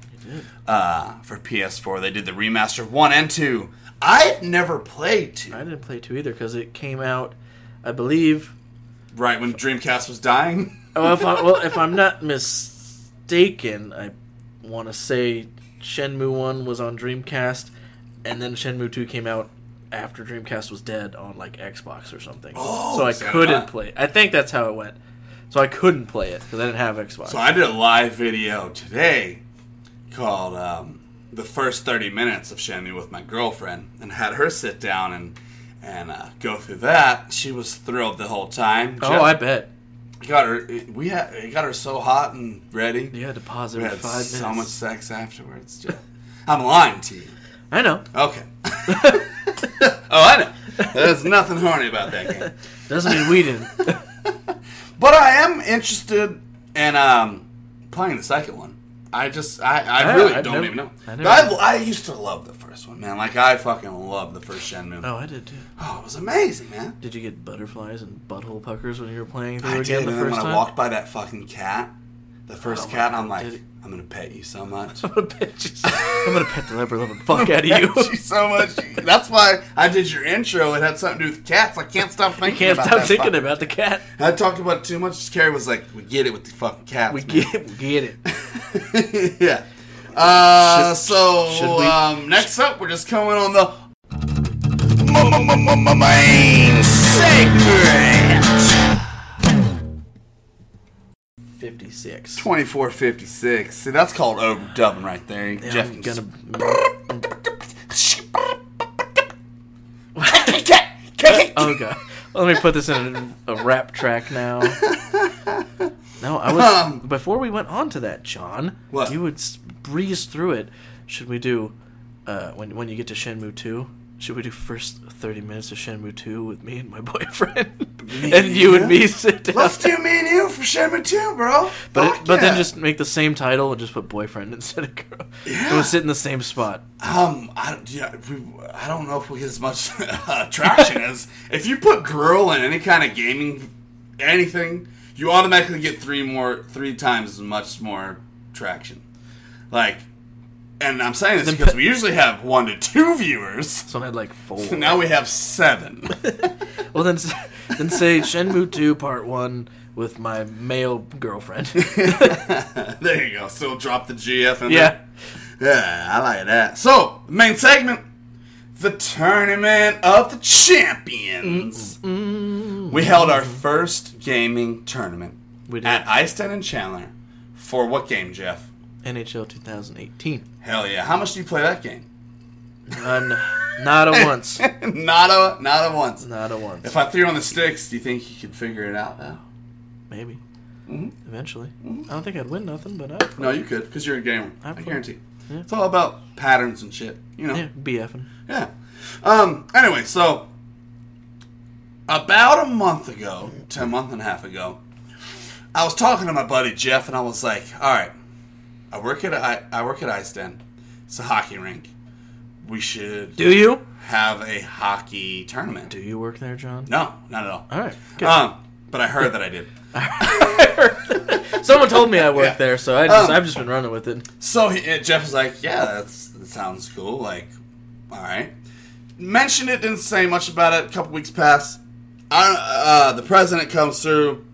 [SPEAKER 1] Uh, for PS4, they did the remaster of one and two. I've never played two.
[SPEAKER 2] I didn't play two either because it came out, I believe.
[SPEAKER 1] Right when Dreamcast was dying.
[SPEAKER 2] Oh, if I, well, if I'm not mistaken, I want to say Shenmue One was on Dreamcast, and then Shenmue Two came out after Dreamcast was dead on like Xbox or something.
[SPEAKER 1] Oh,
[SPEAKER 2] so I
[SPEAKER 1] is that
[SPEAKER 2] couldn't
[SPEAKER 1] not-
[SPEAKER 2] play. It. I think that's how it went. So I couldn't play it because I didn't have Xbox.
[SPEAKER 1] So I did a live video today called um, "The First 30 Minutes of Shenmue with My Girlfriend" and had her sit down and and uh, go through that. She was thrilled the whole time.
[SPEAKER 2] oh, I bet.
[SPEAKER 1] got her. We had it got her so hot and ready.
[SPEAKER 2] Yeah, deposit
[SPEAKER 1] we
[SPEAKER 2] for
[SPEAKER 1] had
[SPEAKER 2] five minutes.
[SPEAKER 1] so much sex afterwards. Jeff. I'm lying to you.
[SPEAKER 2] I know.
[SPEAKER 1] Okay. oh, I know. There's nothing horny about that game.
[SPEAKER 2] Doesn't mean we didn't.
[SPEAKER 1] But I am interested in um, playing the second one. I just, I, I
[SPEAKER 2] Yeah,
[SPEAKER 1] really
[SPEAKER 2] I've
[SPEAKER 1] don't
[SPEAKER 2] never-
[SPEAKER 1] even know.
[SPEAKER 2] I
[SPEAKER 1] I,
[SPEAKER 2] never-
[SPEAKER 1] I, used to love the first one, man. Like, I fucking loved the first Shenmue.
[SPEAKER 2] Oh, I did too.
[SPEAKER 1] Oh, it was amazing, man.
[SPEAKER 2] Did you get butterflies and butthole puckers when you were playing through
[SPEAKER 1] I
[SPEAKER 2] again
[SPEAKER 1] did, and
[SPEAKER 2] the
[SPEAKER 1] then when
[SPEAKER 2] first
[SPEAKER 1] I
[SPEAKER 2] time? Oh
[SPEAKER 1] walked by that fucking cat, the first cat, I'm like,
[SPEAKER 2] did it.
[SPEAKER 1] I'm gonna pet you so much.
[SPEAKER 2] I'm gonna pet you. I'm gonna pet the leopard loving fuck out of you.
[SPEAKER 1] Pet you so much. That's why I did your intro. It had something to do with cats. I can't stop thinking.
[SPEAKER 2] Can't
[SPEAKER 1] about
[SPEAKER 2] stop
[SPEAKER 1] that
[SPEAKER 2] thinking
[SPEAKER 1] fuck-
[SPEAKER 2] about the cat.
[SPEAKER 1] I talked about it too much. Carrie was like, "We get it with the fucking cats."
[SPEAKER 2] We
[SPEAKER 1] man."
[SPEAKER 2] get, we get it.
[SPEAKER 1] yeah. Uh,
[SPEAKER 2] Should-
[SPEAKER 1] so
[SPEAKER 2] should we-
[SPEAKER 1] um, next up, we're just coming on the main sacred
[SPEAKER 2] Fifty-six.
[SPEAKER 1] twenty four fifty six. See, that's called overdubbing right there.
[SPEAKER 2] Yeah,
[SPEAKER 1] Jeff
[SPEAKER 2] I'm
[SPEAKER 1] can just-
[SPEAKER 2] gonna. Oh god. Well, let me put this in a, a rap track now. No, I was
[SPEAKER 1] Um.
[SPEAKER 2] before we went on to that, John.
[SPEAKER 1] What?
[SPEAKER 2] You would s- breeze through it. Should we do uh, when when you get to Shenmue two? Should we do first thirty minutes of Shenmue two with me and my boyfriend, and you and me sit down?
[SPEAKER 1] Let's do me and you for Shema too, bro.
[SPEAKER 2] but it-
[SPEAKER 1] Fuck
[SPEAKER 2] but then
[SPEAKER 1] yeah.
[SPEAKER 2] just make the same title and just put boyfriend instead of girl. And we'll sit in the same spot.
[SPEAKER 1] um, I don't, yeah, we, I don't know if we get as much uh, traction as if you put girl in any kind of gaming, anything, you automatically get three more, three times as much more traction. Like, and I'm saying this because we usually have one to two viewers.
[SPEAKER 2] So I had like four.
[SPEAKER 1] Now we have seven.
[SPEAKER 2] Well, then, s- then say Shenmue 2 Part 1 with my male girlfriend.
[SPEAKER 1] there you go. Still drop the GF in
[SPEAKER 2] yeah.
[SPEAKER 1] there. Yeah, I like that. So, main segment the Tournament of the Champions. We held our first gaming tournament
[SPEAKER 2] We did.
[SPEAKER 1] at Iceton and Chandler for what game, Jeff?
[SPEAKER 2] NHL 2018.
[SPEAKER 1] Hell yeah. How much do you play that game?
[SPEAKER 2] None. Not a once.
[SPEAKER 1] not a not a once.
[SPEAKER 2] Not a once.
[SPEAKER 1] If I threw on the sticks, do you think you could figure it out though?
[SPEAKER 2] Maybe.
[SPEAKER 1] Mm-hmm.
[SPEAKER 2] Eventually. I don't think I'd win nothing, but I.
[SPEAKER 1] No, you could, because you're a gamer. I,
[SPEAKER 2] played.
[SPEAKER 1] guarantee.
[SPEAKER 2] Yeah.
[SPEAKER 1] It's all about patterns and shit. You know.
[SPEAKER 2] Yeah, BFing.
[SPEAKER 1] Yeah. Um. Anyway, so about a month ago, to a month and a half ago, I was talking to my buddy Jeff, and I was like, "All right, I work at I, I work at Ice Den. It's a hockey rink. We should
[SPEAKER 2] Do you?
[SPEAKER 1] have a hockey tournament."
[SPEAKER 2] Do you work there, John?
[SPEAKER 1] No, not at all.
[SPEAKER 2] All right. Good.
[SPEAKER 1] Um. But I heard that I did.
[SPEAKER 2] Someone told me I work
[SPEAKER 1] yeah.
[SPEAKER 2] there, so I just,
[SPEAKER 1] Um.
[SPEAKER 2] I've just been running with it.
[SPEAKER 1] So he, uh, Jeff was like, "Yeah, that's, that sounds cool. Like, all right." Mentioned it, didn't say much about it. A couple weeks pass. I, uh, the president comes through,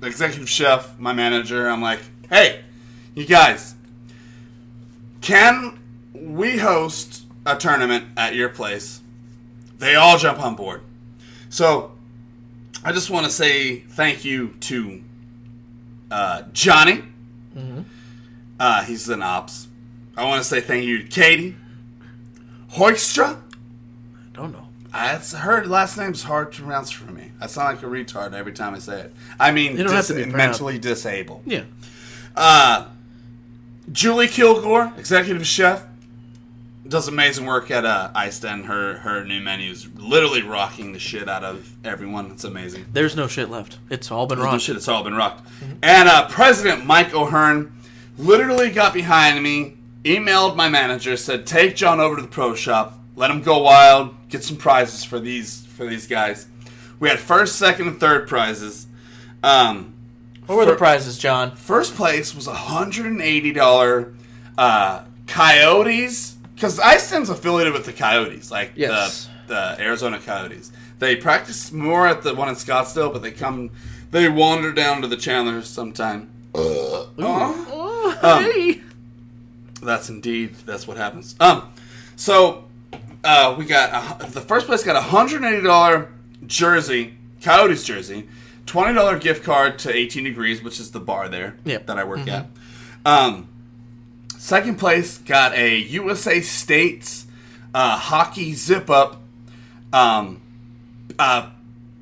[SPEAKER 1] the executive chef, my manager. I'm like, "Hey, you guys, can we host a tournament at your place?" They all jump on board. So, I just want to say thank you to uh, Johnny. Uh, he's an ops. I want to say thank you to Katie. Hoekstra.
[SPEAKER 2] I don't know.
[SPEAKER 1] I, it's, her last name's hard to pronounce for me. I sound like a retard every time I say it. I mean,
[SPEAKER 2] You don't
[SPEAKER 1] dis-
[SPEAKER 2] have to be proud.
[SPEAKER 1] mentally disabled.
[SPEAKER 2] Yeah.
[SPEAKER 1] Uh, Julie Kilgore, executive chef, does amazing work at uh, Iceland. Her her new menu is literally rocking the shit out of everyone. It's amazing.
[SPEAKER 2] There's no shit left. It's all been
[SPEAKER 1] Oh,
[SPEAKER 2] rocked.
[SPEAKER 1] shit, it's all been rocked. And uh, President Mike O'Hearn literally got behind me, emailed my manager, said, "Take John over to the pro shop, let him go wild, get some prizes for these for these guys." We had first, second, and third prizes. Um,
[SPEAKER 2] What were the
[SPEAKER 1] For-
[SPEAKER 2] prizes, John?
[SPEAKER 1] first place was a hundred and eighty dollar uh, Coyotes, because Iceland's affiliated with the Coyotes, like
[SPEAKER 2] Yes.
[SPEAKER 1] the, the Arizona Coyotes. They practice more at the one in Scottsdale, but they come, they wander down to the Chandler sometime. Uh,
[SPEAKER 2] hey.
[SPEAKER 1] that's indeed that's what happens. Um, so uh, we got a, hu- the first place got a hundred eighty dollar jersey, Coyotes jersey, twenty dollar gift card to eighteen degrees, which is the bar there
[SPEAKER 2] Yep.
[SPEAKER 1] that I work at. Um, second place got a USA States uh, hockey zip up. Um, uh,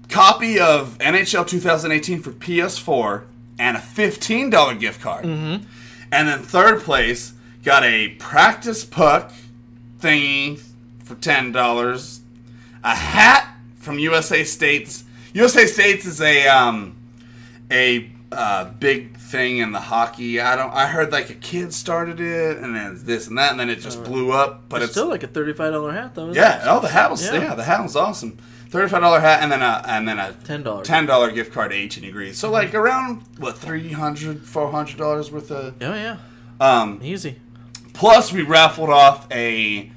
[SPEAKER 1] copy of NHL 2018 for PS4 and a $15 gift card. And then third place got a practice puck thingy for $10, a hat from USA States. USA States is a um, a uh, big thing in the hockey. I don't I heard like a kid started it and then this and that and then it just blew up, but it's
[SPEAKER 2] Still like a $35 hat, though. isn't it?
[SPEAKER 1] yeah, oh, the hat was yeah.
[SPEAKER 2] Yeah.
[SPEAKER 1] the hat was awesome. thirty-five dollar hat, and then a and then a
[SPEAKER 2] Ten dollars.
[SPEAKER 1] ten dollar gift card to each and agree. So like around what 300 400 dollars worth of.
[SPEAKER 2] Oh yeah,
[SPEAKER 1] Um,
[SPEAKER 2] easy.
[SPEAKER 1] plus, we raffled off a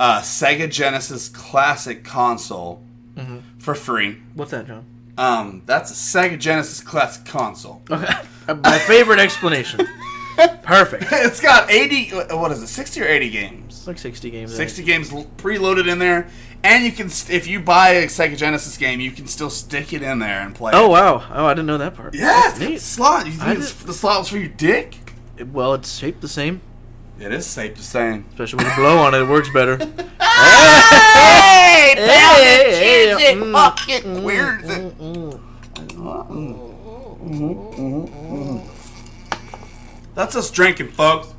[SPEAKER 1] uh, Sega Genesis Classic console
[SPEAKER 2] Mm-hmm.
[SPEAKER 1] for free.
[SPEAKER 2] What's that, John?
[SPEAKER 1] Um, that's a Sega Genesis Classic console.
[SPEAKER 2] Okay, my favorite explanation. Perfect.
[SPEAKER 1] It's got 80, what is it, 60 or 80 games?
[SPEAKER 2] It's like sixty games. I think.
[SPEAKER 1] 60 games l- preloaded in there, and you can, st- if you buy a Sega Genesis game, you can still stick it in there and play.
[SPEAKER 2] Oh
[SPEAKER 1] it.
[SPEAKER 2] wow! Oh, I didn't know that part.
[SPEAKER 1] yeah,
[SPEAKER 2] That's
[SPEAKER 1] it's got a slot. You
[SPEAKER 2] I
[SPEAKER 1] think it's,
[SPEAKER 2] did-
[SPEAKER 1] the slot was for your dick?
[SPEAKER 2] neat. Well, it's shaped the same,
[SPEAKER 1] It is safe to say.
[SPEAKER 2] especially when you blow on it. It works better.
[SPEAKER 1] Hey,
[SPEAKER 2] pound it, cheese it, fuck
[SPEAKER 1] it, weird.
[SPEAKER 2] mm,
[SPEAKER 1] Mm-hmm. That's us drinking, folks.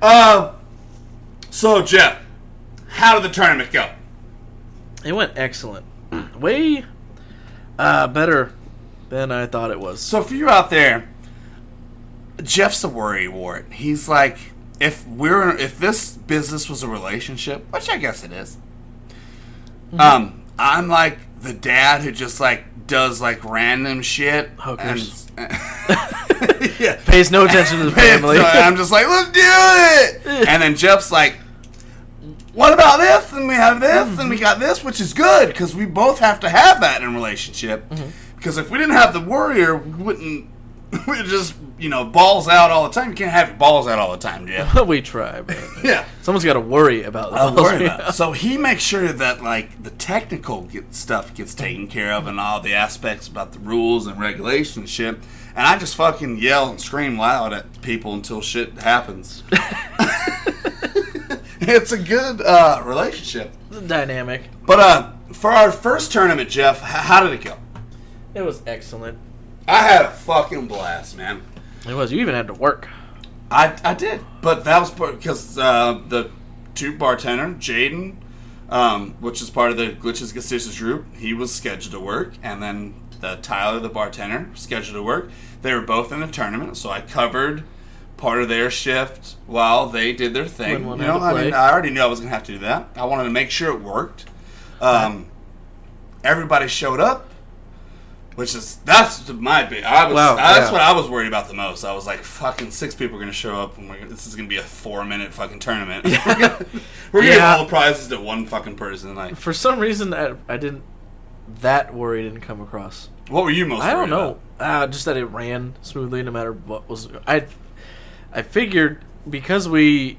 [SPEAKER 1] Uh, so Jeff, how did the tournament go?
[SPEAKER 2] It went excellent. Way uh, better than I thought it was.
[SPEAKER 1] So for you out there, Jeff's a worry wart. He's like, if we're if this business was a relationship, which I guess it is, um, I'm like the dad who just like does like random shit.
[SPEAKER 2] Hookers.
[SPEAKER 1] And, yeah.
[SPEAKER 2] Pays no attention to the family.
[SPEAKER 1] So I'm just like, let's do it. And then Jeff's like, what about this? And we have this, and we got this, which is good because we both have to have that in a relationship. Because if we didn't have the warrior, we wouldn't. We just you know balls out all the time. You can't have your balls out all the time, Jeff.
[SPEAKER 2] we try, but
[SPEAKER 1] yeah.
[SPEAKER 2] someone's got to worry about the
[SPEAKER 1] I
[SPEAKER 2] balls.
[SPEAKER 1] worry about. it. So he makes sure that like the technical get, stuff gets taken care of and all the aspects about the rules and regulations and shit. And I just fucking yell and scream loud at people until shit happens. it's a good uh, relationship.
[SPEAKER 2] It's a dynamic.
[SPEAKER 1] But uh, for our first tournament, Jeff, h- how did it go?
[SPEAKER 2] It was excellent.
[SPEAKER 1] I had a fucking blast, man.
[SPEAKER 2] It was. You even had to work.
[SPEAKER 1] I, I did, but that was part- because uh, the two bartender Jaden, um, which is part of the Glitches Get Stitches group, he was scheduled to work, and then the Tyler, the bartender, was scheduled to work. They were both in the tournament, so I covered part of their shift while they did their thing.
[SPEAKER 2] When one
[SPEAKER 1] you
[SPEAKER 2] had
[SPEAKER 1] know,
[SPEAKER 2] to
[SPEAKER 1] I
[SPEAKER 2] play.
[SPEAKER 1] mean, I already knew I was gonna have to do that. I wanted to make sure it worked. Um, everybody showed up. Which is that's my big. I was
[SPEAKER 2] Wow,
[SPEAKER 1] that's
[SPEAKER 2] yeah.
[SPEAKER 1] what I was worried about the most. I was like, fucking six people are gonna show up, and we're, gonna- this is gonna be a four minute fucking tournament. we're gonna, we're gonna give
[SPEAKER 2] Yeah.
[SPEAKER 1] all the prizes to one fucking person. Like,
[SPEAKER 2] For some reason, I, I didn't. That worry didn't come across.
[SPEAKER 1] what were you most?
[SPEAKER 2] I
[SPEAKER 1] worried
[SPEAKER 2] don't know. Uh, just that it ran smoothly no matter what was. I I figured because we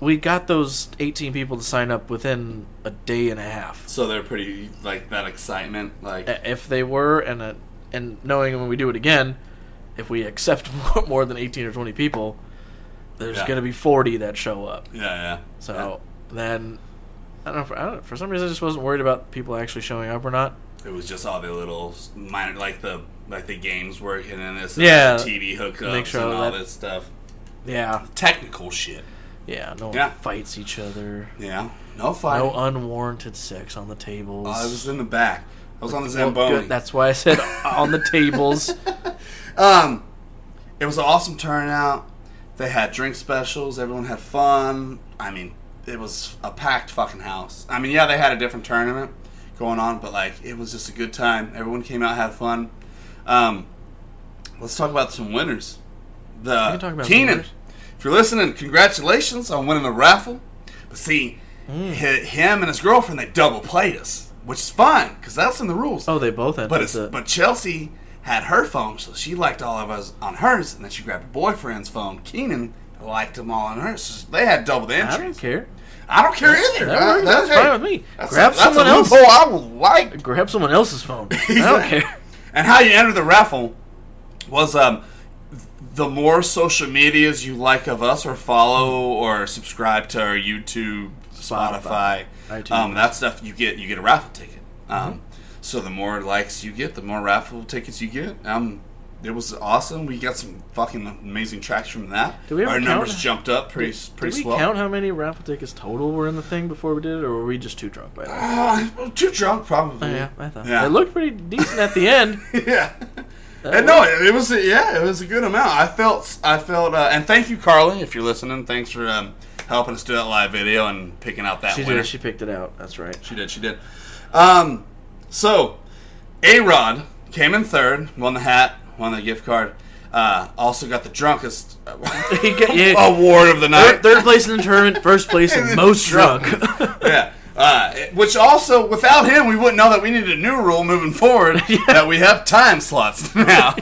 [SPEAKER 2] we got those 18 people to sign up within a day and a half.
[SPEAKER 1] So they're pretty like that excitement. Like,
[SPEAKER 2] I- If they were and uh and knowing when we do it again, if we accept more, more than 18 or 20 people, there's
[SPEAKER 1] Yeah.
[SPEAKER 2] going to be 40 that show up.
[SPEAKER 1] yeah, yeah.
[SPEAKER 2] So then I don't know for, I don't, for some reason I just wasn't worried about people actually showing up or not.
[SPEAKER 1] it was just all the little s- minor, like the like the games working and this,
[SPEAKER 2] Yeah.
[SPEAKER 1] and the TV hookups
[SPEAKER 2] Make sure
[SPEAKER 1] and
[SPEAKER 2] all
[SPEAKER 1] all
[SPEAKER 2] that-
[SPEAKER 1] this stuff.
[SPEAKER 2] Yeah.
[SPEAKER 1] Technical shit.
[SPEAKER 2] Yeah, no one
[SPEAKER 1] Yeah.
[SPEAKER 2] fights each other.
[SPEAKER 1] Yeah, no fight.
[SPEAKER 2] No unwarranted sex on the tables.
[SPEAKER 1] I was in the back. I was on the
[SPEAKER 2] Well,
[SPEAKER 1] Zamboni.
[SPEAKER 2] good, That's why I said on the tables.
[SPEAKER 1] Um, it was an awesome turnout. They had drink specials. Everyone had fun. I mean, it was a packed fucking house. I mean, yeah, they had a different tournament going on, but like, it was just a good time. Everyone came out, had fun. Um, let's talk about some winners. The
[SPEAKER 2] can talk about some
[SPEAKER 1] Keenan,
[SPEAKER 2] winners.
[SPEAKER 1] if you're listening, congratulations on winning the raffle. But see,
[SPEAKER 2] Mm.
[SPEAKER 1] hi him and his girlfriend they double played us, which is fine because that's in the rules.
[SPEAKER 2] Oh, they both had.
[SPEAKER 1] But
[SPEAKER 2] that's
[SPEAKER 1] it's,
[SPEAKER 2] it.
[SPEAKER 1] but Chelsea had her phone, so she liked all of us on hers, and then she grabbed her boyfriend's phone. Keenan liked them all on hers. So they had double the
[SPEAKER 2] I
[SPEAKER 1] entries.
[SPEAKER 2] don't care.
[SPEAKER 1] I don't care either.
[SPEAKER 2] That
[SPEAKER 1] Uh,
[SPEAKER 2] works. That's
[SPEAKER 1] hey,
[SPEAKER 2] fine with me.
[SPEAKER 1] that's a-
[SPEAKER 2] Grab
[SPEAKER 1] that's a
[SPEAKER 2] someone else.
[SPEAKER 1] loophole I would like.
[SPEAKER 2] Grab someone else's phone. I don't care.
[SPEAKER 1] And how you entered the raffle was um, the more social medias you like of us, or follow, or subscribe to our YouTube, Spotify,
[SPEAKER 2] iTunes. Mm-hmm.
[SPEAKER 1] um, that stuff, you get you get a raffle ticket. Um, So the more likes you get, the more raffle tickets you get. Um, it was awesome. We got some fucking amazing tracks from that.
[SPEAKER 2] Did we ever
[SPEAKER 1] our
[SPEAKER 2] count-
[SPEAKER 1] numbers jumped up pretty s-
[SPEAKER 2] Did
[SPEAKER 1] pretty
[SPEAKER 2] we
[SPEAKER 1] swell.
[SPEAKER 2] count how many raffle tickets total were in the thing before we did it, or were we just too drunk by then?
[SPEAKER 1] Uh, well, too drunk, probably.
[SPEAKER 2] Oh, yeah, I thought
[SPEAKER 1] Yeah.
[SPEAKER 2] it looked pretty decent at the end.
[SPEAKER 1] yeah. And no, it, it was a, yeah, it was a good amount. I felt I felt uh, and thank you, Carly, if you're listening. Thanks for um, helping us do that live video and picking out that
[SPEAKER 2] She
[SPEAKER 1] winner.
[SPEAKER 2] did. She picked it out. That's right.
[SPEAKER 1] She did. She did. Um, so, A Rod came in third, won the hat, won the gift card. Uh, also got the drunkest
[SPEAKER 2] He get- yeah.
[SPEAKER 1] award of the night.
[SPEAKER 2] Third, third place in the tournament, first place, and most drunk.
[SPEAKER 1] yeah. Uh, it- which also, without him, we wouldn't know that we needed a new rule moving forward that we have time slots now.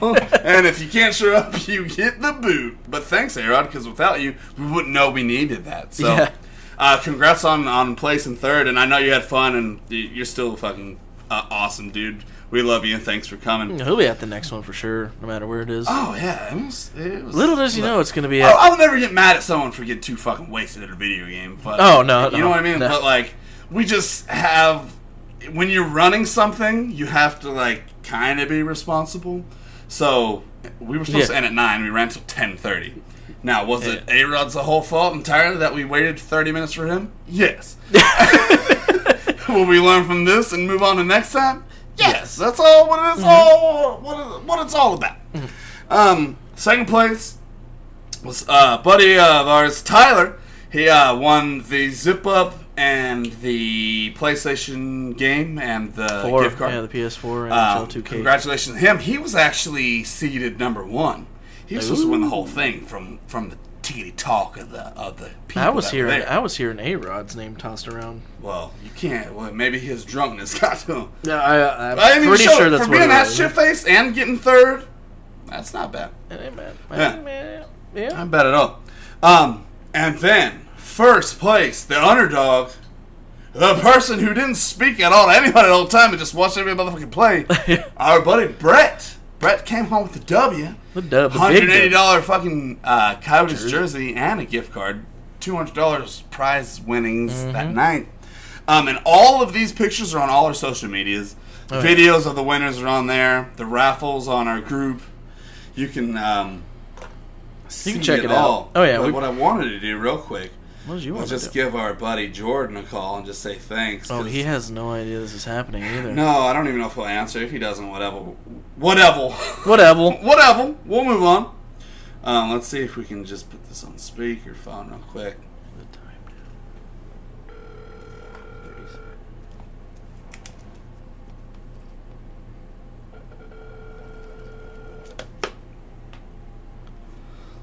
[SPEAKER 1] and if you can't show up, you get the boot. But thanks, Arod, because without you, we wouldn't know we needed that. So,
[SPEAKER 2] Yeah.
[SPEAKER 1] uh, congrats on on place in third. And I know you had fun, and y- you're still fucking uh, awesome, dude. We love you, and thanks for coming.
[SPEAKER 2] He'll be at the next one for sure, no matter where it is.
[SPEAKER 1] Oh yeah, it was, it was
[SPEAKER 2] Little does you know it's going to be
[SPEAKER 1] I'll,
[SPEAKER 2] at.
[SPEAKER 1] I'll Oh, never get mad at someone for getting too fucking wasted at a video game. But
[SPEAKER 2] Oh, no,
[SPEAKER 1] you
[SPEAKER 2] no,
[SPEAKER 1] know what I mean.
[SPEAKER 2] no.
[SPEAKER 1] But like, we just have when you're running something, you have to like kind of be responsible. So we were supposed
[SPEAKER 2] Yeah.
[SPEAKER 1] to end at nine. We ran till ten thirty. Now, was it A Rod's the whole fault entirely that we waited thirty minutes for him? Yes. Will we learn from this and move on to next time? Yes, that's all. What
[SPEAKER 2] Mm-hmm.
[SPEAKER 1] it's all what, it- what it's all about. Um, second place was uh, buddy of ours, Tyler. He uh, won the zip up and the PlayStation game and the
[SPEAKER 2] Four,
[SPEAKER 1] gift card.
[SPEAKER 2] yeah, the PS4 and
[SPEAKER 1] Um,
[SPEAKER 2] XL2K.
[SPEAKER 1] congratulations to him. He was actually seeded number one. He was supposed to win the whole thing from from the tickety talk of the of the people.
[SPEAKER 2] I was
[SPEAKER 1] that were
[SPEAKER 2] hearing,
[SPEAKER 1] there.
[SPEAKER 2] I was hearing A Rod's name tossed around.
[SPEAKER 1] Well, you can't. Well, maybe his drunkenness got to him.
[SPEAKER 2] Yeah, I, uh, I'm
[SPEAKER 1] I didn't
[SPEAKER 2] pretty
[SPEAKER 1] even show
[SPEAKER 2] sure
[SPEAKER 1] it.
[SPEAKER 2] that's
[SPEAKER 1] for
[SPEAKER 2] what
[SPEAKER 1] being
[SPEAKER 2] it
[SPEAKER 1] that
[SPEAKER 2] was.
[SPEAKER 1] shit faced and getting third. That's not bad.
[SPEAKER 2] Hey, man.
[SPEAKER 1] Yeah.
[SPEAKER 2] Hey, man. Yeah.
[SPEAKER 1] Not bad at all. Um, and then first place, the underdog, the person who didn't speak at all to anybody the whole time and just watched every motherfucking play. our buddy Brett. Brett came home with the W.
[SPEAKER 2] The dub, the
[SPEAKER 1] Hundred
[SPEAKER 2] big
[SPEAKER 1] eighty
[SPEAKER 2] dub.
[SPEAKER 1] dollar fucking uh, Coyotes jersey. and a gift card. Two hundred dollars prize winnings that
[SPEAKER 2] Mm-hmm.
[SPEAKER 1] night. Um, and all of these pictures are on all our social medias.
[SPEAKER 2] Oh,
[SPEAKER 1] The videos of the winners are on there. The raffles on our group. You can um,
[SPEAKER 2] You can
[SPEAKER 1] see
[SPEAKER 2] check it out.
[SPEAKER 1] all.
[SPEAKER 2] Oh, yeah,
[SPEAKER 1] But
[SPEAKER 2] we-
[SPEAKER 1] what I wanted to do real quick
[SPEAKER 2] What did you
[SPEAKER 1] was
[SPEAKER 2] want
[SPEAKER 1] just
[SPEAKER 2] to do?
[SPEAKER 1] give our buddy Jordan a call and just say thanks.
[SPEAKER 2] Oh,
[SPEAKER 1] 'cause-
[SPEAKER 2] he has no idea this is happening either.
[SPEAKER 1] No, I don't even know if he'll answer. If he doesn't, whatever, whatever,
[SPEAKER 2] Whatever.
[SPEAKER 1] whatever. We'll move on. Um, let's see if we can just put this on speakerphone real quick.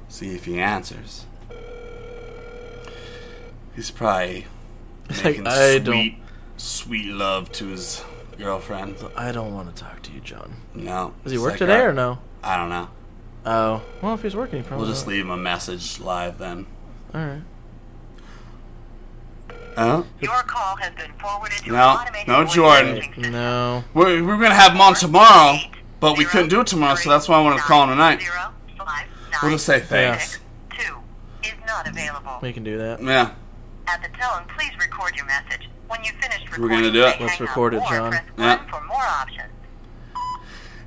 [SPEAKER 1] See if he answers. He's probably
[SPEAKER 2] It's like,
[SPEAKER 1] making
[SPEAKER 2] I
[SPEAKER 1] sweet,
[SPEAKER 2] don't,
[SPEAKER 1] sweet love to his girlfriend.
[SPEAKER 2] I don't want to talk to you, John.
[SPEAKER 1] No.
[SPEAKER 2] Does he
[SPEAKER 1] it's
[SPEAKER 2] work
[SPEAKER 1] like,
[SPEAKER 2] today
[SPEAKER 1] uh,
[SPEAKER 2] or no? Uh.
[SPEAKER 1] I don't know.
[SPEAKER 2] Oh, well, if he's working, he probably.
[SPEAKER 1] We'll just
[SPEAKER 2] won't.
[SPEAKER 1] leave him a message live then.
[SPEAKER 2] All right.
[SPEAKER 1] Oh?
[SPEAKER 3] Your call has been forwarded to
[SPEAKER 1] No,
[SPEAKER 3] an automated
[SPEAKER 1] no,
[SPEAKER 3] voice
[SPEAKER 1] Jordan.
[SPEAKER 3] messaging system.
[SPEAKER 2] No.
[SPEAKER 1] We're, we're gonna have him on tomorrow, but we couldn't do it tomorrow, so that's why I wanted to call him tonight.
[SPEAKER 3] Zero, five, nine,
[SPEAKER 1] We'll just say
[SPEAKER 2] thanks.
[SPEAKER 1] thanks.
[SPEAKER 3] Two is not available.
[SPEAKER 2] We can do that.
[SPEAKER 1] Yeah.
[SPEAKER 3] At the tone, please record your message. When you finish recording,
[SPEAKER 1] We're gonna do it.
[SPEAKER 3] say
[SPEAKER 2] Let's
[SPEAKER 3] hang up
[SPEAKER 2] record it,
[SPEAKER 3] or
[SPEAKER 2] John.
[SPEAKER 3] press
[SPEAKER 1] Yeah.
[SPEAKER 3] one For more options.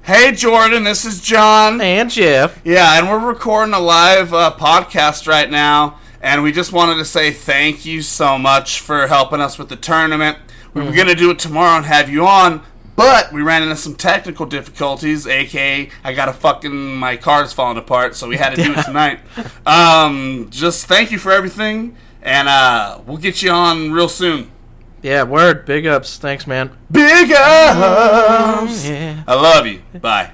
[SPEAKER 1] Hey, Jordan, this is John.
[SPEAKER 2] And Jeff.
[SPEAKER 1] Yeah, and we're recording a live uh, podcast right now, and we just wanted to say thank you so much for helping us with the tournament. We
[SPEAKER 2] Mm.
[SPEAKER 1] were going to do it tomorrow and have you on, but we ran into some technical difficulties, aka I got a fucking my car's falling apart, so we had to do it tonight. Um, just thank you for everything, and uh, we'll get you on real soon.
[SPEAKER 2] Yeah, word. Big ups. Thanks, man.
[SPEAKER 1] Big ups!
[SPEAKER 2] Yeah.
[SPEAKER 1] I love you. Bye.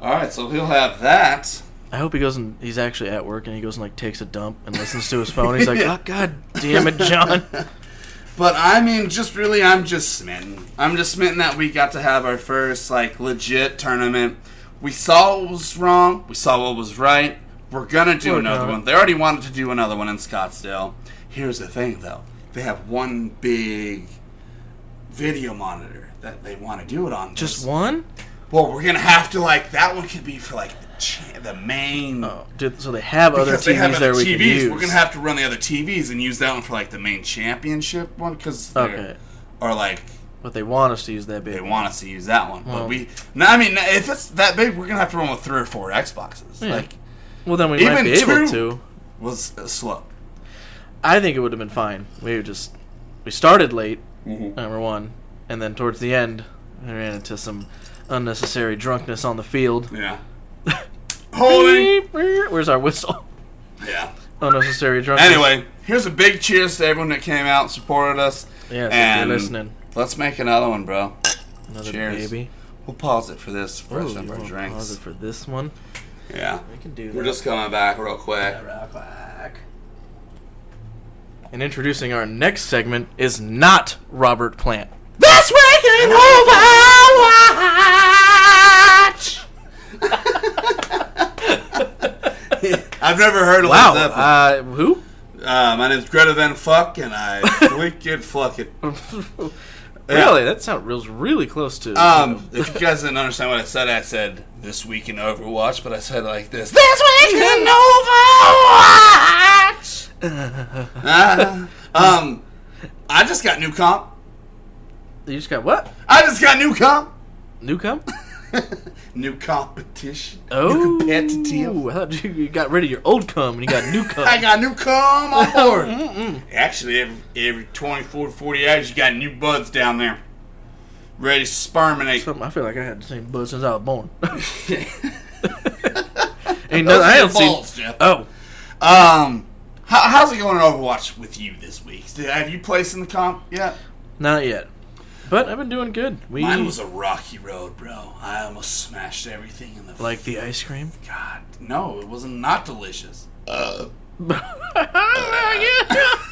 [SPEAKER 1] All right, so he'll have that.
[SPEAKER 2] I hope he goes and he's actually at work and he goes and like takes a dump and listens to his phone. He's like, oh, God damn it, John.
[SPEAKER 1] But I mean, just really, I'm just smitten. I'm just smitten that we got to have our first like legit tournament. We saw what was wrong. We saw what was right. We're gonna do
[SPEAKER 2] We're
[SPEAKER 1] another
[SPEAKER 2] gonna.
[SPEAKER 1] one. They already wanted to do another one in Scottsdale. Here's the thing, though. They have one big video monitor that they want to do it on.
[SPEAKER 2] Just
[SPEAKER 1] This-
[SPEAKER 2] one?
[SPEAKER 1] Well, we're gonna have to like that one could be for like the, cha- the main.
[SPEAKER 2] Oh, dude, so they have other
[SPEAKER 1] Because they have
[SPEAKER 2] TVs there we can use.
[SPEAKER 1] We're gonna have to run the other TVs and use that one for like the main championship one because
[SPEAKER 2] Okay.
[SPEAKER 1] or like
[SPEAKER 2] But they want us to use that big.
[SPEAKER 1] they
[SPEAKER 2] one.
[SPEAKER 1] want us to use that one.
[SPEAKER 2] Well-
[SPEAKER 1] but we, no, I mean, if it's that big, we're gonna have to run with three or four Xboxes.
[SPEAKER 2] Yeah.
[SPEAKER 1] Like,
[SPEAKER 2] Well, then we might
[SPEAKER 1] Even
[SPEAKER 2] be able
[SPEAKER 1] two-
[SPEAKER 2] to.
[SPEAKER 1] was uh, slow.
[SPEAKER 2] I think it would have been fine. We would just we started late,
[SPEAKER 1] Mm-hmm.
[SPEAKER 2] number one, and then towards the end, we ran into some unnecessary drunkenness on the field.
[SPEAKER 1] Yeah. Holding.
[SPEAKER 2] Beep, beep. Where's our whistle?
[SPEAKER 1] Yeah.
[SPEAKER 2] Unnecessary drunkenness.
[SPEAKER 1] Anyway, here's a big cheers to everyone that came out and supported us.
[SPEAKER 2] yeah, so if
[SPEAKER 1] and
[SPEAKER 2] you're listening.
[SPEAKER 1] Let's make another one, bro.
[SPEAKER 2] Another
[SPEAKER 1] Cheers.
[SPEAKER 2] baby.
[SPEAKER 1] We'll pause it for this.
[SPEAKER 2] Ooh,
[SPEAKER 1] Fresh
[SPEAKER 2] you
[SPEAKER 1] up our
[SPEAKER 2] wanna
[SPEAKER 1] drinks.
[SPEAKER 2] pause it for this one.
[SPEAKER 1] Yeah.
[SPEAKER 2] We can do
[SPEAKER 1] We're
[SPEAKER 2] that.
[SPEAKER 1] just coming back real quick.
[SPEAKER 2] And introducing our next segment is not Robert Plant. This week in Overwatch.
[SPEAKER 1] I've never heard of
[SPEAKER 2] Wow.
[SPEAKER 1] Led Zeppelin.
[SPEAKER 2] Uh, who?
[SPEAKER 1] Uh, my name's Greta Van Fuck, and I wicked fuck it.
[SPEAKER 2] Really? That sound was really close to.
[SPEAKER 1] Um, if you guys didn't understand what I said, I said this week in Overwatch, but I said it like this: this week in Overwatch. Ah, um, I just got new comp.
[SPEAKER 2] you just got what?
[SPEAKER 1] I just got new comp.
[SPEAKER 2] New come?
[SPEAKER 1] New competition.
[SPEAKER 2] Oh.
[SPEAKER 1] New competitive.
[SPEAKER 2] I thought you you got rid of your old cum and you got new cum.
[SPEAKER 1] I got new cum on board. Actually, every, every 24 to 40 hours, you got new buds down there. Ready to sperminate.
[SPEAKER 2] Something- I feel like I had the same butt since I was born. Ain't nothing, I
[SPEAKER 1] are
[SPEAKER 2] haven't
[SPEAKER 1] balls,
[SPEAKER 2] seen.
[SPEAKER 1] Jeff.
[SPEAKER 2] Oh,
[SPEAKER 1] Um, how, how's it going in Overwatch with you this week? Did- Have you placed in the comp yet?
[SPEAKER 2] not yet. But I've been doing good. We
[SPEAKER 1] Mine was a rocky road, bro. I almost smashed everything in the.
[SPEAKER 2] like the ice cream.
[SPEAKER 1] God, no, it wasn't not delicious. Oh,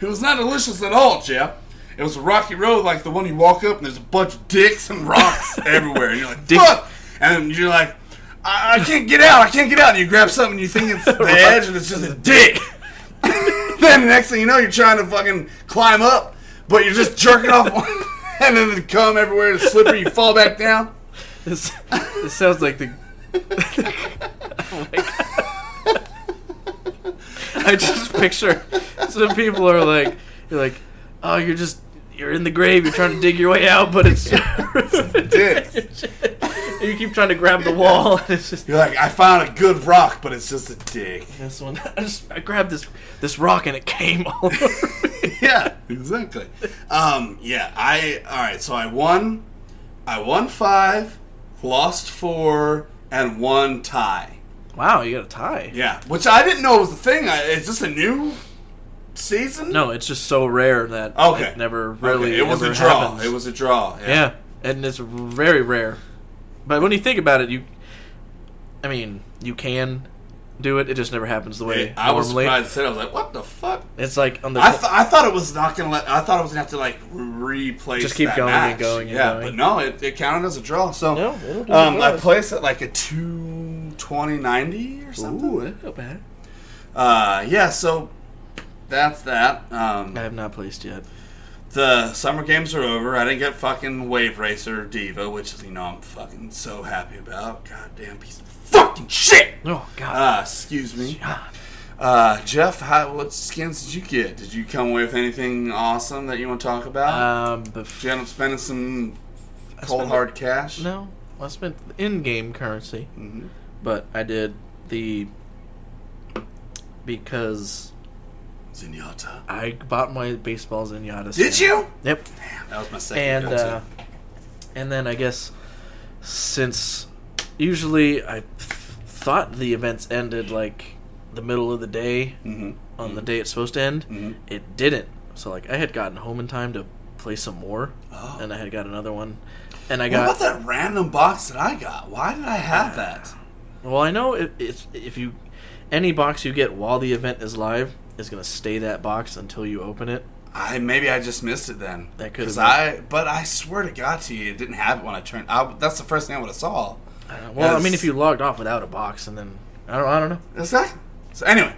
[SPEAKER 1] It was not delicious at all, Jeff. It was a rocky road, like the one you walk up and there's a bunch of dicks and rocks everywhere, and you're like,
[SPEAKER 2] Dick-
[SPEAKER 1] "Fuck!" And you're like, I-, "I can't get out! I can't get out!" And you grab something, and you think it's the edge, and it's just a dick. then the next thing you know, you're trying to fucking climb up, but you're just jerking off, and then it come everywhere. It's slippery. You fall back down.
[SPEAKER 2] This, this sounds like the. I just picture some people are like, you're like, oh, you're just you're in the grave, you're trying to dig your way out, but it's
[SPEAKER 1] Dicks.
[SPEAKER 2] you keep trying to grab the wall, and it's just
[SPEAKER 1] You're like, I found a good rock, but it's just a dick.
[SPEAKER 2] this one. I just I grabbed this this rock and it came all over. me.
[SPEAKER 1] yeah, exactly. Um, yeah, I all right. So I won, I won five, lost four, and one tie.
[SPEAKER 2] Wow, you got a tie.
[SPEAKER 1] Yeah, which I didn't know was the thing. I, is this a new season?
[SPEAKER 2] No, it's just so rare that
[SPEAKER 1] Okay.
[SPEAKER 2] it never
[SPEAKER 1] Okay,
[SPEAKER 2] really
[SPEAKER 1] It was
[SPEAKER 2] ever
[SPEAKER 1] a draw.
[SPEAKER 2] happens.
[SPEAKER 1] It was a draw.
[SPEAKER 2] Yeah, and it's very rare. But when you think about it, you, I mean, you can do it. It just never happens the way
[SPEAKER 1] It- I was
[SPEAKER 2] normally.
[SPEAKER 1] surprised. Said I was like, "What the fuck?"
[SPEAKER 2] It's like on the
[SPEAKER 1] I, th- I thought it was not gonna let. I thought it was gonna have to like replace.
[SPEAKER 2] Just keep
[SPEAKER 1] that
[SPEAKER 2] going and
[SPEAKER 1] match.
[SPEAKER 2] going and
[SPEAKER 1] yeah,
[SPEAKER 2] going.
[SPEAKER 1] but no, it, it counted as a draw. So
[SPEAKER 2] No, it'll do
[SPEAKER 1] um,
[SPEAKER 2] the
[SPEAKER 1] I
[SPEAKER 2] draws.
[SPEAKER 1] placed at like a two twenty ninety or something.
[SPEAKER 2] Ooh, eh. that's not bad.
[SPEAKER 1] Uh, yeah, so that's that. Um,
[SPEAKER 2] I have not placed yet.
[SPEAKER 1] the summer games are over. I didn't get fucking Wave Racer Diva, which is you know I'm fucking so happy about. Goddamn piece of fucking shit.
[SPEAKER 2] Oh God,
[SPEAKER 1] Uh, excuse me. Uh, Jeff, how, what skins did you get? Did you come away with anything awesome that you want to talk about?
[SPEAKER 2] um, bef-
[SPEAKER 1] did you end up spending some cold
[SPEAKER 2] spent-
[SPEAKER 1] hard cash? Mm-hmm.
[SPEAKER 2] no, well, I spent the in-game currency, but I did the because
[SPEAKER 1] Zenyatta.
[SPEAKER 2] I bought my baseballs in Yada.
[SPEAKER 1] Did you?
[SPEAKER 2] Yep.
[SPEAKER 1] That was my second.
[SPEAKER 2] and
[SPEAKER 1] go-to.
[SPEAKER 2] uh, and then I guess since usually I th- thought the events ended like the middle of the day
[SPEAKER 1] Mm-hmm.
[SPEAKER 2] on the day it's supposed to end, it didn't. So like I had gotten home in time to play some more,
[SPEAKER 1] Oh.
[SPEAKER 2] and I had got another one, and I
[SPEAKER 1] what
[SPEAKER 2] got
[SPEAKER 1] about that random box that I got? Why did I have that?
[SPEAKER 2] well I know if if, if you any box you get while the event is live is gonna stay that box until you open it.
[SPEAKER 1] I maybe I just missed it then.
[SPEAKER 2] That could've
[SPEAKER 1] 'Cause
[SPEAKER 2] been.
[SPEAKER 1] I, but I swear to God to you, it didn't have it when I turned. I, that's the first thing I would have saw.
[SPEAKER 2] Uh, well, I mean
[SPEAKER 1] Yes.
[SPEAKER 2] if you logged off without a box and then I don't I don't know.
[SPEAKER 1] Is that? So anyway,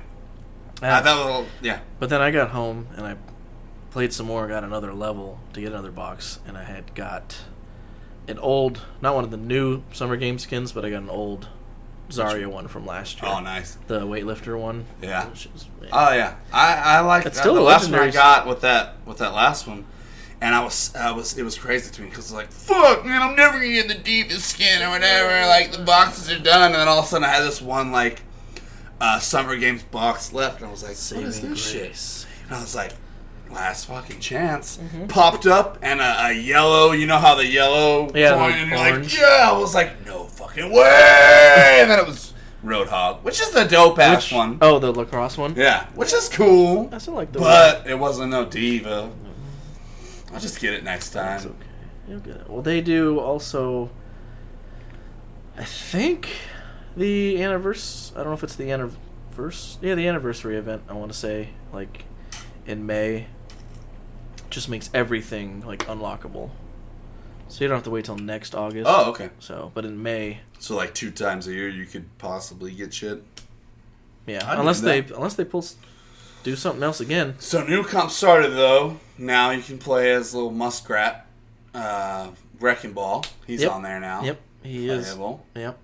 [SPEAKER 2] Uh,
[SPEAKER 1] I, that little yeah.
[SPEAKER 2] But then I got home and I played some more, got another level to get another box, and I had got an old, not one of the new summer game skins, but I got an old Zarya one from last year.
[SPEAKER 1] Oh, nice.
[SPEAKER 2] The weightlifter one.
[SPEAKER 1] Yeah.
[SPEAKER 2] Which is-
[SPEAKER 1] Oh yeah, I, I like
[SPEAKER 2] It's
[SPEAKER 1] that.
[SPEAKER 2] still
[SPEAKER 1] the
[SPEAKER 2] a
[SPEAKER 1] last one I
[SPEAKER 2] legendary-
[SPEAKER 1] got with that with that last one, and I was I was it was crazy to me because like fuck man, I'm never gonna get the deepest skin or whatever. Like the boxes are done, and then all of a sudden I had this one like uh, summer games box left, and I was like,
[SPEAKER 2] Saving
[SPEAKER 1] what is this
[SPEAKER 2] grace.
[SPEAKER 1] shit? And I was like, last fucking chance
[SPEAKER 2] Mm-hmm.
[SPEAKER 1] popped up, and a, a yellow. You know how the yellow
[SPEAKER 2] Yeah,
[SPEAKER 1] coin,
[SPEAKER 2] the
[SPEAKER 1] and you're
[SPEAKER 2] orange.
[SPEAKER 1] like, yeah. I was like, no fucking way, and then it was. Roadhog, which is the dope ass
[SPEAKER 2] Which-
[SPEAKER 1] one.
[SPEAKER 2] Oh, the lacrosse one?
[SPEAKER 1] Yeah, which is cool.
[SPEAKER 2] I still like the
[SPEAKER 1] But it wasn't no diva. I'll just get it next time.
[SPEAKER 2] It's okay. You'll get it. Well, they do also. I think the anniversary. I don't know if it's the anniversary. Yeah, the anniversary event. I want to say like in May. Just makes everything like unlockable, so you don't have to wait till next August.
[SPEAKER 1] Oh, okay.
[SPEAKER 2] So, but in May,
[SPEAKER 1] So like two times a year, you could possibly get shit.
[SPEAKER 2] yeah,
[SPEAKER 1] I'd do
[SPEAKER 2] unless they
[SPEAKER 1] that.
[SPEAKER 2] unless they pull s- do something else again.
[SPEAKER 1] So new comp started though. Now you can play as little muskrat, uh, wrecking ball. He's
[SPEAKER 2] Yep.
[SPEAKER 1] on there now.
[SPEAKER 2] Yep, he is.
[SPEAKER 1] Playable.
[SPEAKER 2] Yep.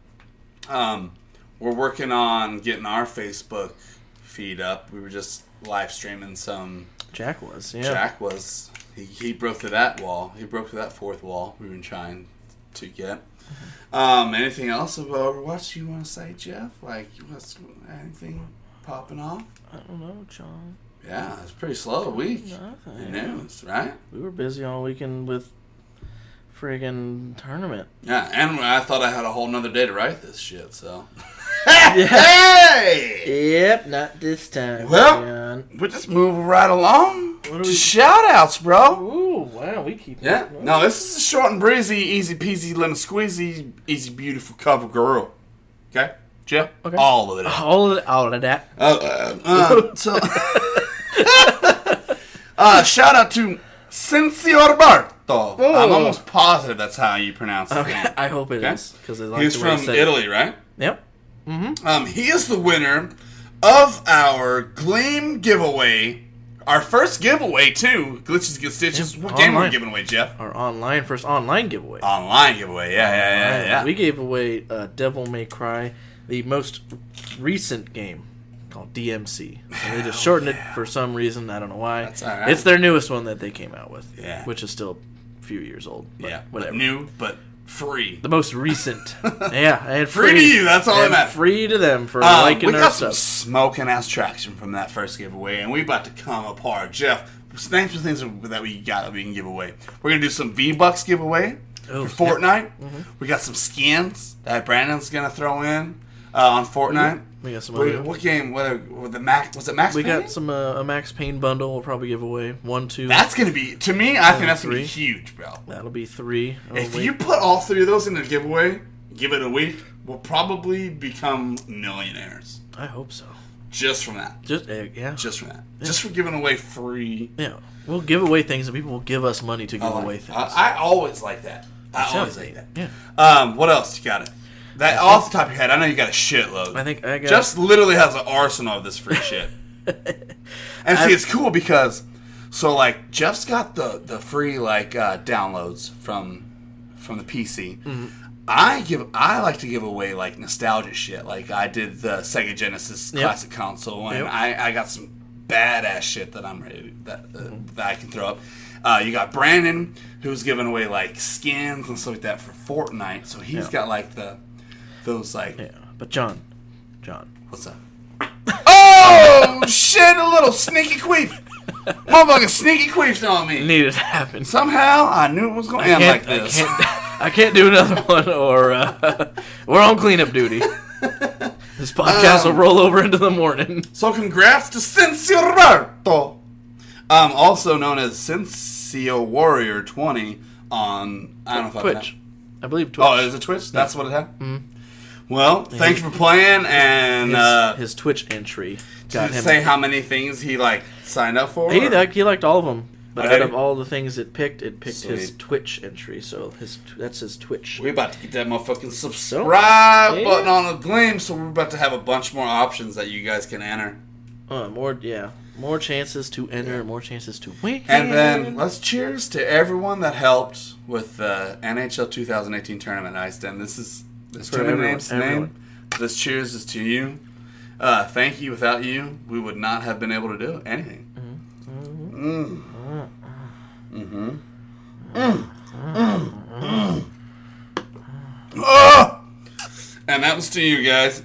[SPEAKER 1] Um, we're working on getting our Facebook feed up. We were just live streaming some.
[SPEAKER 2] Jack was. Yeah.
[SPEAKER 1] Jack was he, he broke through that wall. He broke through that fourth wall we've been trying to get. Um, anything else about Overwatch you want to say, Jeff? Like, what's anything popping off?
[SPEAKER 2] I don't know, John.
[SPEAKER 1] Yeah, it's pretty slow week.
[SPEAKER 2] Nothing.
[SPEAKER 1] The news, right?
[SPEAKER 2] We were busy all weekend with friggin' tournament.
[SPEAKER 1] Yeah, and I thought I had a whole nother day to write this shit, so.
[SPEAKER 2] Yeah.
[SPEAKER 1] Hey!
[SPEAKER 2] Yep, not this time.
[SPEAKER 1] Well-
[SPEAKER 2] John.
[SPEAKER 1] We're just moving right along
[SPEAKER 2] What are
[SPEAKER 1] to
[SPEAKER 2] we-
[SPEAKER 1] shout outs, bro.
[SPEAKER 2] Ooh, wow, we keep.
[SPEAKER 1] Yeah, no, this is a short and breezy, easy peasy, lemon squeezy, easy, beautiful cover girl. Okay? Jeff?
[SPEAKER 2] Okay. Uh-huh.
[SPEAKER 1] All of it. Uh,
[SPEAKER 2] All of, all of that.
[SPEAKER 1] uh, uh, so. uh, shout out to Senor Barto. I'm almost positive that's how you pronounce it.
[SPEAKER 2] Oh. Okay, I hope it
[SPEAKER 1] Okay.
[SPEAKER 2] is because I like
[SPEAKER 1] He's
[SPEAKER 2] the way you
[SPEAKER 1] from
[SPEAKER 2] said it.
[SPEAKER 1] Italy, right?
[SPEAKER 2] Yep.
[SPEAKER 1] Um, he is the winner of our Gleam giveaway. Our first giveaway, too. Glitches Get Stitches.
[SPEAKER 2] Yep,
[SPEAKER 1] What game are we
[SPEAKER 2] online.
[SPEAKER 1] giving away, Jeff?
[SPEAKER 2] Our online first online giveaway.
[SPEAKER 1] Online giveaway. Yeah, Uh, yeah, yeah, yeah.
[SPEAKER 2] We gave away uh, Devil May Cry, the most recent game called DMC. And they just shortened it for some reason. I don't know why.
[SPEAKER 1] Oh, That's all right.
[SPEAKER 2] It's their newest one that they came out with,
[SPEAKER 1] Yeah.
[SPEAKER 2] which is still a few years old. But
[SPEAKER 1] yeah,
[SPEAKER 2] whatever.
[SPEAKER 1] But new, but free.
[SPEAKER 2] the most recent. yeah, and
[SPEAKER 1] Free
[SPEAKER 2] free,
[SPEAKER 1] to you, that's all that
[SPEAKER 2] and
[SPEAKER 1] matters.
[SPEAKER 2] Free to them for
[SPEAKER 1] Um,
[SPEAKER 2] liking
[SPEAKER 1] we
[SPEAKER 2] our
[SPEAKER 1] got some
[SPEAKER 2] stuff.
[SPEAKER 1] smoking ass traction from that first giveaway, and we about to come apart. Jeff, name some things that we got that we can give away. We're gonna do some V Bucks giveaway
[SPEAKER 2] Oh,
[SPEAKER 1] for Fortnite. We got some skins that Brandon's gonna throw in uh, on Fortnite.
[SPEAKER 2] We got some
[SPEAKER 1] What,
[SPEAKER 2] other-
[SPEAKER 1] what game? What, what the Max? Was it Max?
[SPEAKER 2] we
[SPEAKER 1] Payne?
[SPEAKER 2] got some uh, a Max Payne bundle. We'll probably give away one, two.
[SPEAKER 1] That's gonna be to me. I think that's gonna be
[SPEAKER 2] Oh, three.
[SPEAKER 1] huge, bro.
[SPEAKER 2] That'll be three. Oh,
[SPEAKER 1] If
[SPEAKER 2] wait.
[SPEAKER 1] you put all three of those in a giveaway, give it a week, we'll probably become millionaires
[SPEAKER 2] I hope so.
[SPEAKER 1] just from that.
[SPEAKER 2] Just uh, yeah,
[SPEAKER 1] Just from that. Just for giving away free.
[SPEAKER 2] yeah. We'll give away things, and people will give us money to give
[SPEAKER 1] Oh, I,
[SPEAKER 2] away things.
[SPEAKER 1] I always like that. I
[SPEAKER 2] So,
[SPEAKER 1] always like that.
[SPEAKER 2] Yeah,
[SPEAKER 1] Um, what else you got? It that off the top of your head. I know you got a shitload.
[SPEAKER 2] I think I got.
[SPEAKER 1] Just literally has an arsenal of this free shit. and see, it's cool because so like Jeff's got the the free like uh, downloads from from the PC.
[SPEAKER 2] Mm-hmm.
[SPEAKER 1] I give I like to give away like nostalgia shit. Like I did the Sega Genesis
[SPEAKER 2] Yep.
[SPEAKER 1] classic console, and
[SPEAKER 2] Yep.
[SPEAKER 1] I I got some badass shit that I'm ready that uh,
[SPEAKER 2] Mm-hmm.
[SPEAKER 1] that I can throw up. Uh, you got Brandon who's giving away like skins and stuff like that for Fortnite. So he's
[SPEAKER 2] Yeah.
[SPEAKER 1] got like the those like
[SPEAKER 2] yeah, but John, John,
[SPEAKER 1] What's up? Oh shit! A little sneaky queef, motherfucking sneaky queefed on
[SPEAKER 2] it
[SPEAKER 1] me.
[SPEAKER 2] needed to happen.
[SPEAKER 1] Somehow I knew it was going to end like
[SPEAKER 2] Can't- I
[SPEAKER 1] this.
[SPEAKER 2] can't, I can't do another one, or uh, we're on cleanup duty. This podcast
[SPEAKER 1] Um,
[SPEAKER 2] will roll over into the morning.
[SPEAKER 1] So congrats to Cincio Roberto, um, also known as Cincio Warrior Twenty on I don't know if I pronounced-
[SPEAKER 2] Twitch, I believe Twitch.
[SPEAKER 1] Oh, is it Twitch? That's what it had.
[SPEAKER 2] Mm-hmm.
[SPEAKER 1] Well, thanks for playing, and
[SPEAKER 2] his,
[SPEAKER 1] uh,
[SPEAKER 2] his Twitch entry got
[SPEAKER 1] did it
[SPEAKER 2] him.
[SPEAKER 1] say how many things he like signed up for?
[SPEAKER 2] he,
[SPEAKER 1] or-
[SPEAKER 2] like, he liked all of them, but
[SPEAKER 1] Okay.
[SPEAKER 2] out of all the things it picked, it picked his
[SPEAKER 1] Sweet.
[SPEAKER 2] Twitch entry. So his that's his Twitch.
[SPEAKER 1] We about to get that motherfucking subscribe
[SPEAKER 2] Yeah.
[SPEAKER 1] button on the gleam, so we're about to have a bunch more options that you guys can enter.
[SPEAKER 2] Uh, more yeah, more chances to enter, more chances to win.
[SPEAKER 1] And then let's cheers to everyone that helped with the NHL 2018 tournament in Iceland. This is this
[SPEAKER 2] For
[SPEAKER 1] tournament
[SPEAKER 2] everyone,
[SPEAKER 1] name's
[SPEAKER 2] everyone.
[SPEAKER 1] name. This cheers is to you. Uh, thank you. Without you, we would not have been able to do anything. Mm. Mm. Mm. Mm. Ah! And that was to you guys.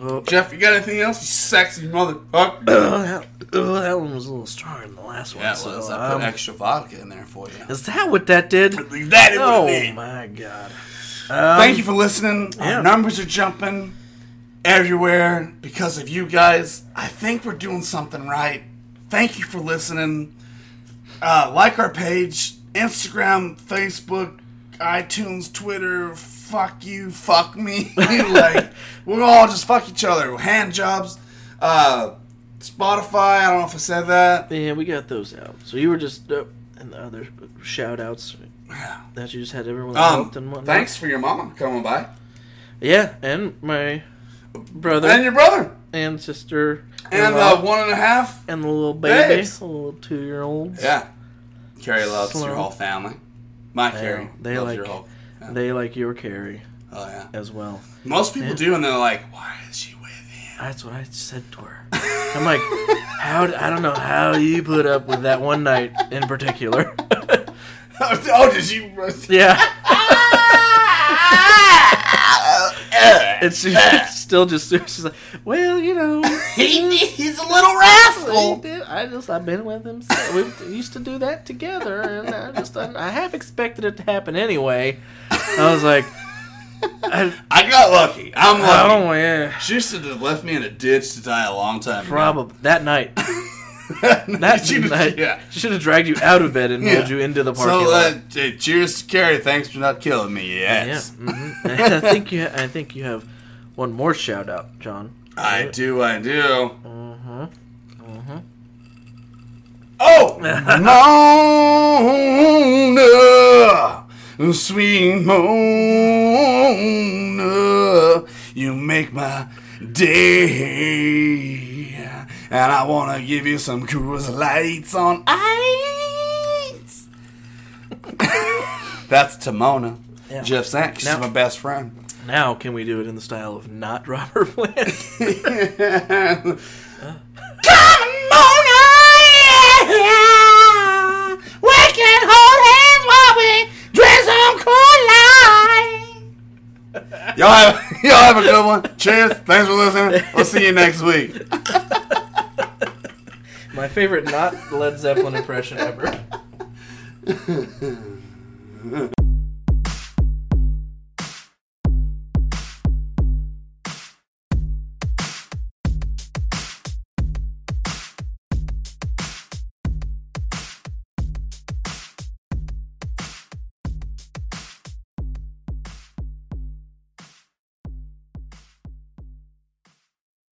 [SPEAKER 2] Oh.
[SPEAKER 1] Jeff, you got anything else? You sexy motherfucker.
[SPEAKER 2] oh, that, oh, that one was a little stronger than the last one.
[SPEAKER 1] Yeah, it
[SPEAKER 2] so,
[SPEAKER 1] was. I put
[SPEAKER 2] um,
[SPEAKER 1] extra vodka in there for you.
[SPEAKER 2] is that what that did?
[SPEAKER 1] That it
[SPEAKER 2] Oh
[SPEAKER 1] would be.
[SPEAKER 2] my god!
[SPEAKER 1] Thank you for listening.
[SPEAKER 2] yeah.
[SPEAKER 1] Our numbers are jumping everywhere because of you guys. I think we're doing something right. Thank you for listening. Uh, like our page, Instagram, Facebook, iTunes, Twitter. Fuck you, fuck me. like we're all just fuck each other. Hand jobs. Uh, Spotify. I don't know if I said that.
[SPEAKER 2] Yeah, we got those out. So you were just uh, and the other shout outs that you just had everyone that helped and
[SPEAKER 1] Um,
[SPEAKER 2] whatnot.
[SPEAKER 1] thanks for your mama coming by
[SPEAKER 2] Yeah, and my brother
[SPEAKER 1] and
[SPEAKER 2] and,
[SPEAKER 1] your brother
[SPEAKER 2] sister
[SPEAKER 1] and
[SPEAKER 2] in-law,
[SPEAKER 1] uh, one and a half.
[SPEAKER 2] and the little baby,
[SPEAKER 1] babes.
[SPEAKER 2] the little two year olds.
[SPEAKER 1] Yeah, Carrie loves
[SPEAKER 2] Slow.
[SPEAKER 1] your whole family. My
[SPEAKER 2] They-
[SPEAKER 1] Carrie
[SPEAKER 2] they
[SPEAKER 1] loves
[SPEAKER 2] like-
[SPEAKER 1] your whole. yeah.
[SPEAKER 2] They like your Carrie
[SPEAKER 1] Oh yeah.
[SPEAKER 2] as well.
[SPEAKER 1] Most people do, and they're like, "Why is she with him?"
[SPEAKER 2] That's what I said to her. I'm like, how? d I don't know how you put up with that one night in particular.
[SPEAKER 1] oh, did you?
[SPEAKER 2] yeah, and she's still just she's like, well, you know,
[SPEAKER 1] He's a little
[SPEAKER 2] I
[SPEAKER 1] rascal.
[SPEAKER 2] did- I just I've been with him. since- We used to do that together, and I just I, I half expected it to happen anyway. I was like, I,
[SPEAKER 1] I got lucky. I'm
[SPEAKER 2] I
[SPEAKER 1] lucky.
[SPEAKER 2] don't yeah.
[SPEAKER 1] She used to have left me in a ditch to die a long time ago.
[SPEAKER 2] Probably that night. That
[SPEAKER 1] She did-
[SPEAKER 2] night,
[SPEAKER 1] yeah.
[SPEAKER 2] she should have dragged you out of bed and
[SPEAKER 1] Yeah.
[SPEAKER 2] rolled you into the parking
[SPEAKER 1] So,
[SPEAKER 2] lot.
[SPEAKER 1] uh, hey, cheers to Carrie. Thanks for not killing me.
[SPEAKER 2] Yeah,
[SPEAKER 1] Yes.
[SPEAKER 2] mhm. I think you. I think you have one more shout out, John.
[SPEAKER 1] I do, I do. Mm-hmm. Mm-hmm. Oh, Mona, sweet Mona, you make my day, and I wanna give you some cruise lights on ice. That's Timona,
[SPEAKER 2] Yeah.
[SPEAKER 1] Jeff Sank. She's
[SPEAKER 2] Now-
[SPEAKER 1] my best friend.
[SPEAKER 2] Now, can we do it in the style of not Robert Plant?
[SPEAKER 1] Come on, yeah. We can hold hands while we drink some cool light. Y'all have, y'all have a good one. Cheers. Thanks for listening. We'll see you next week.
[SPEAKER 2] My favorite not Led Zeppelin impression ever.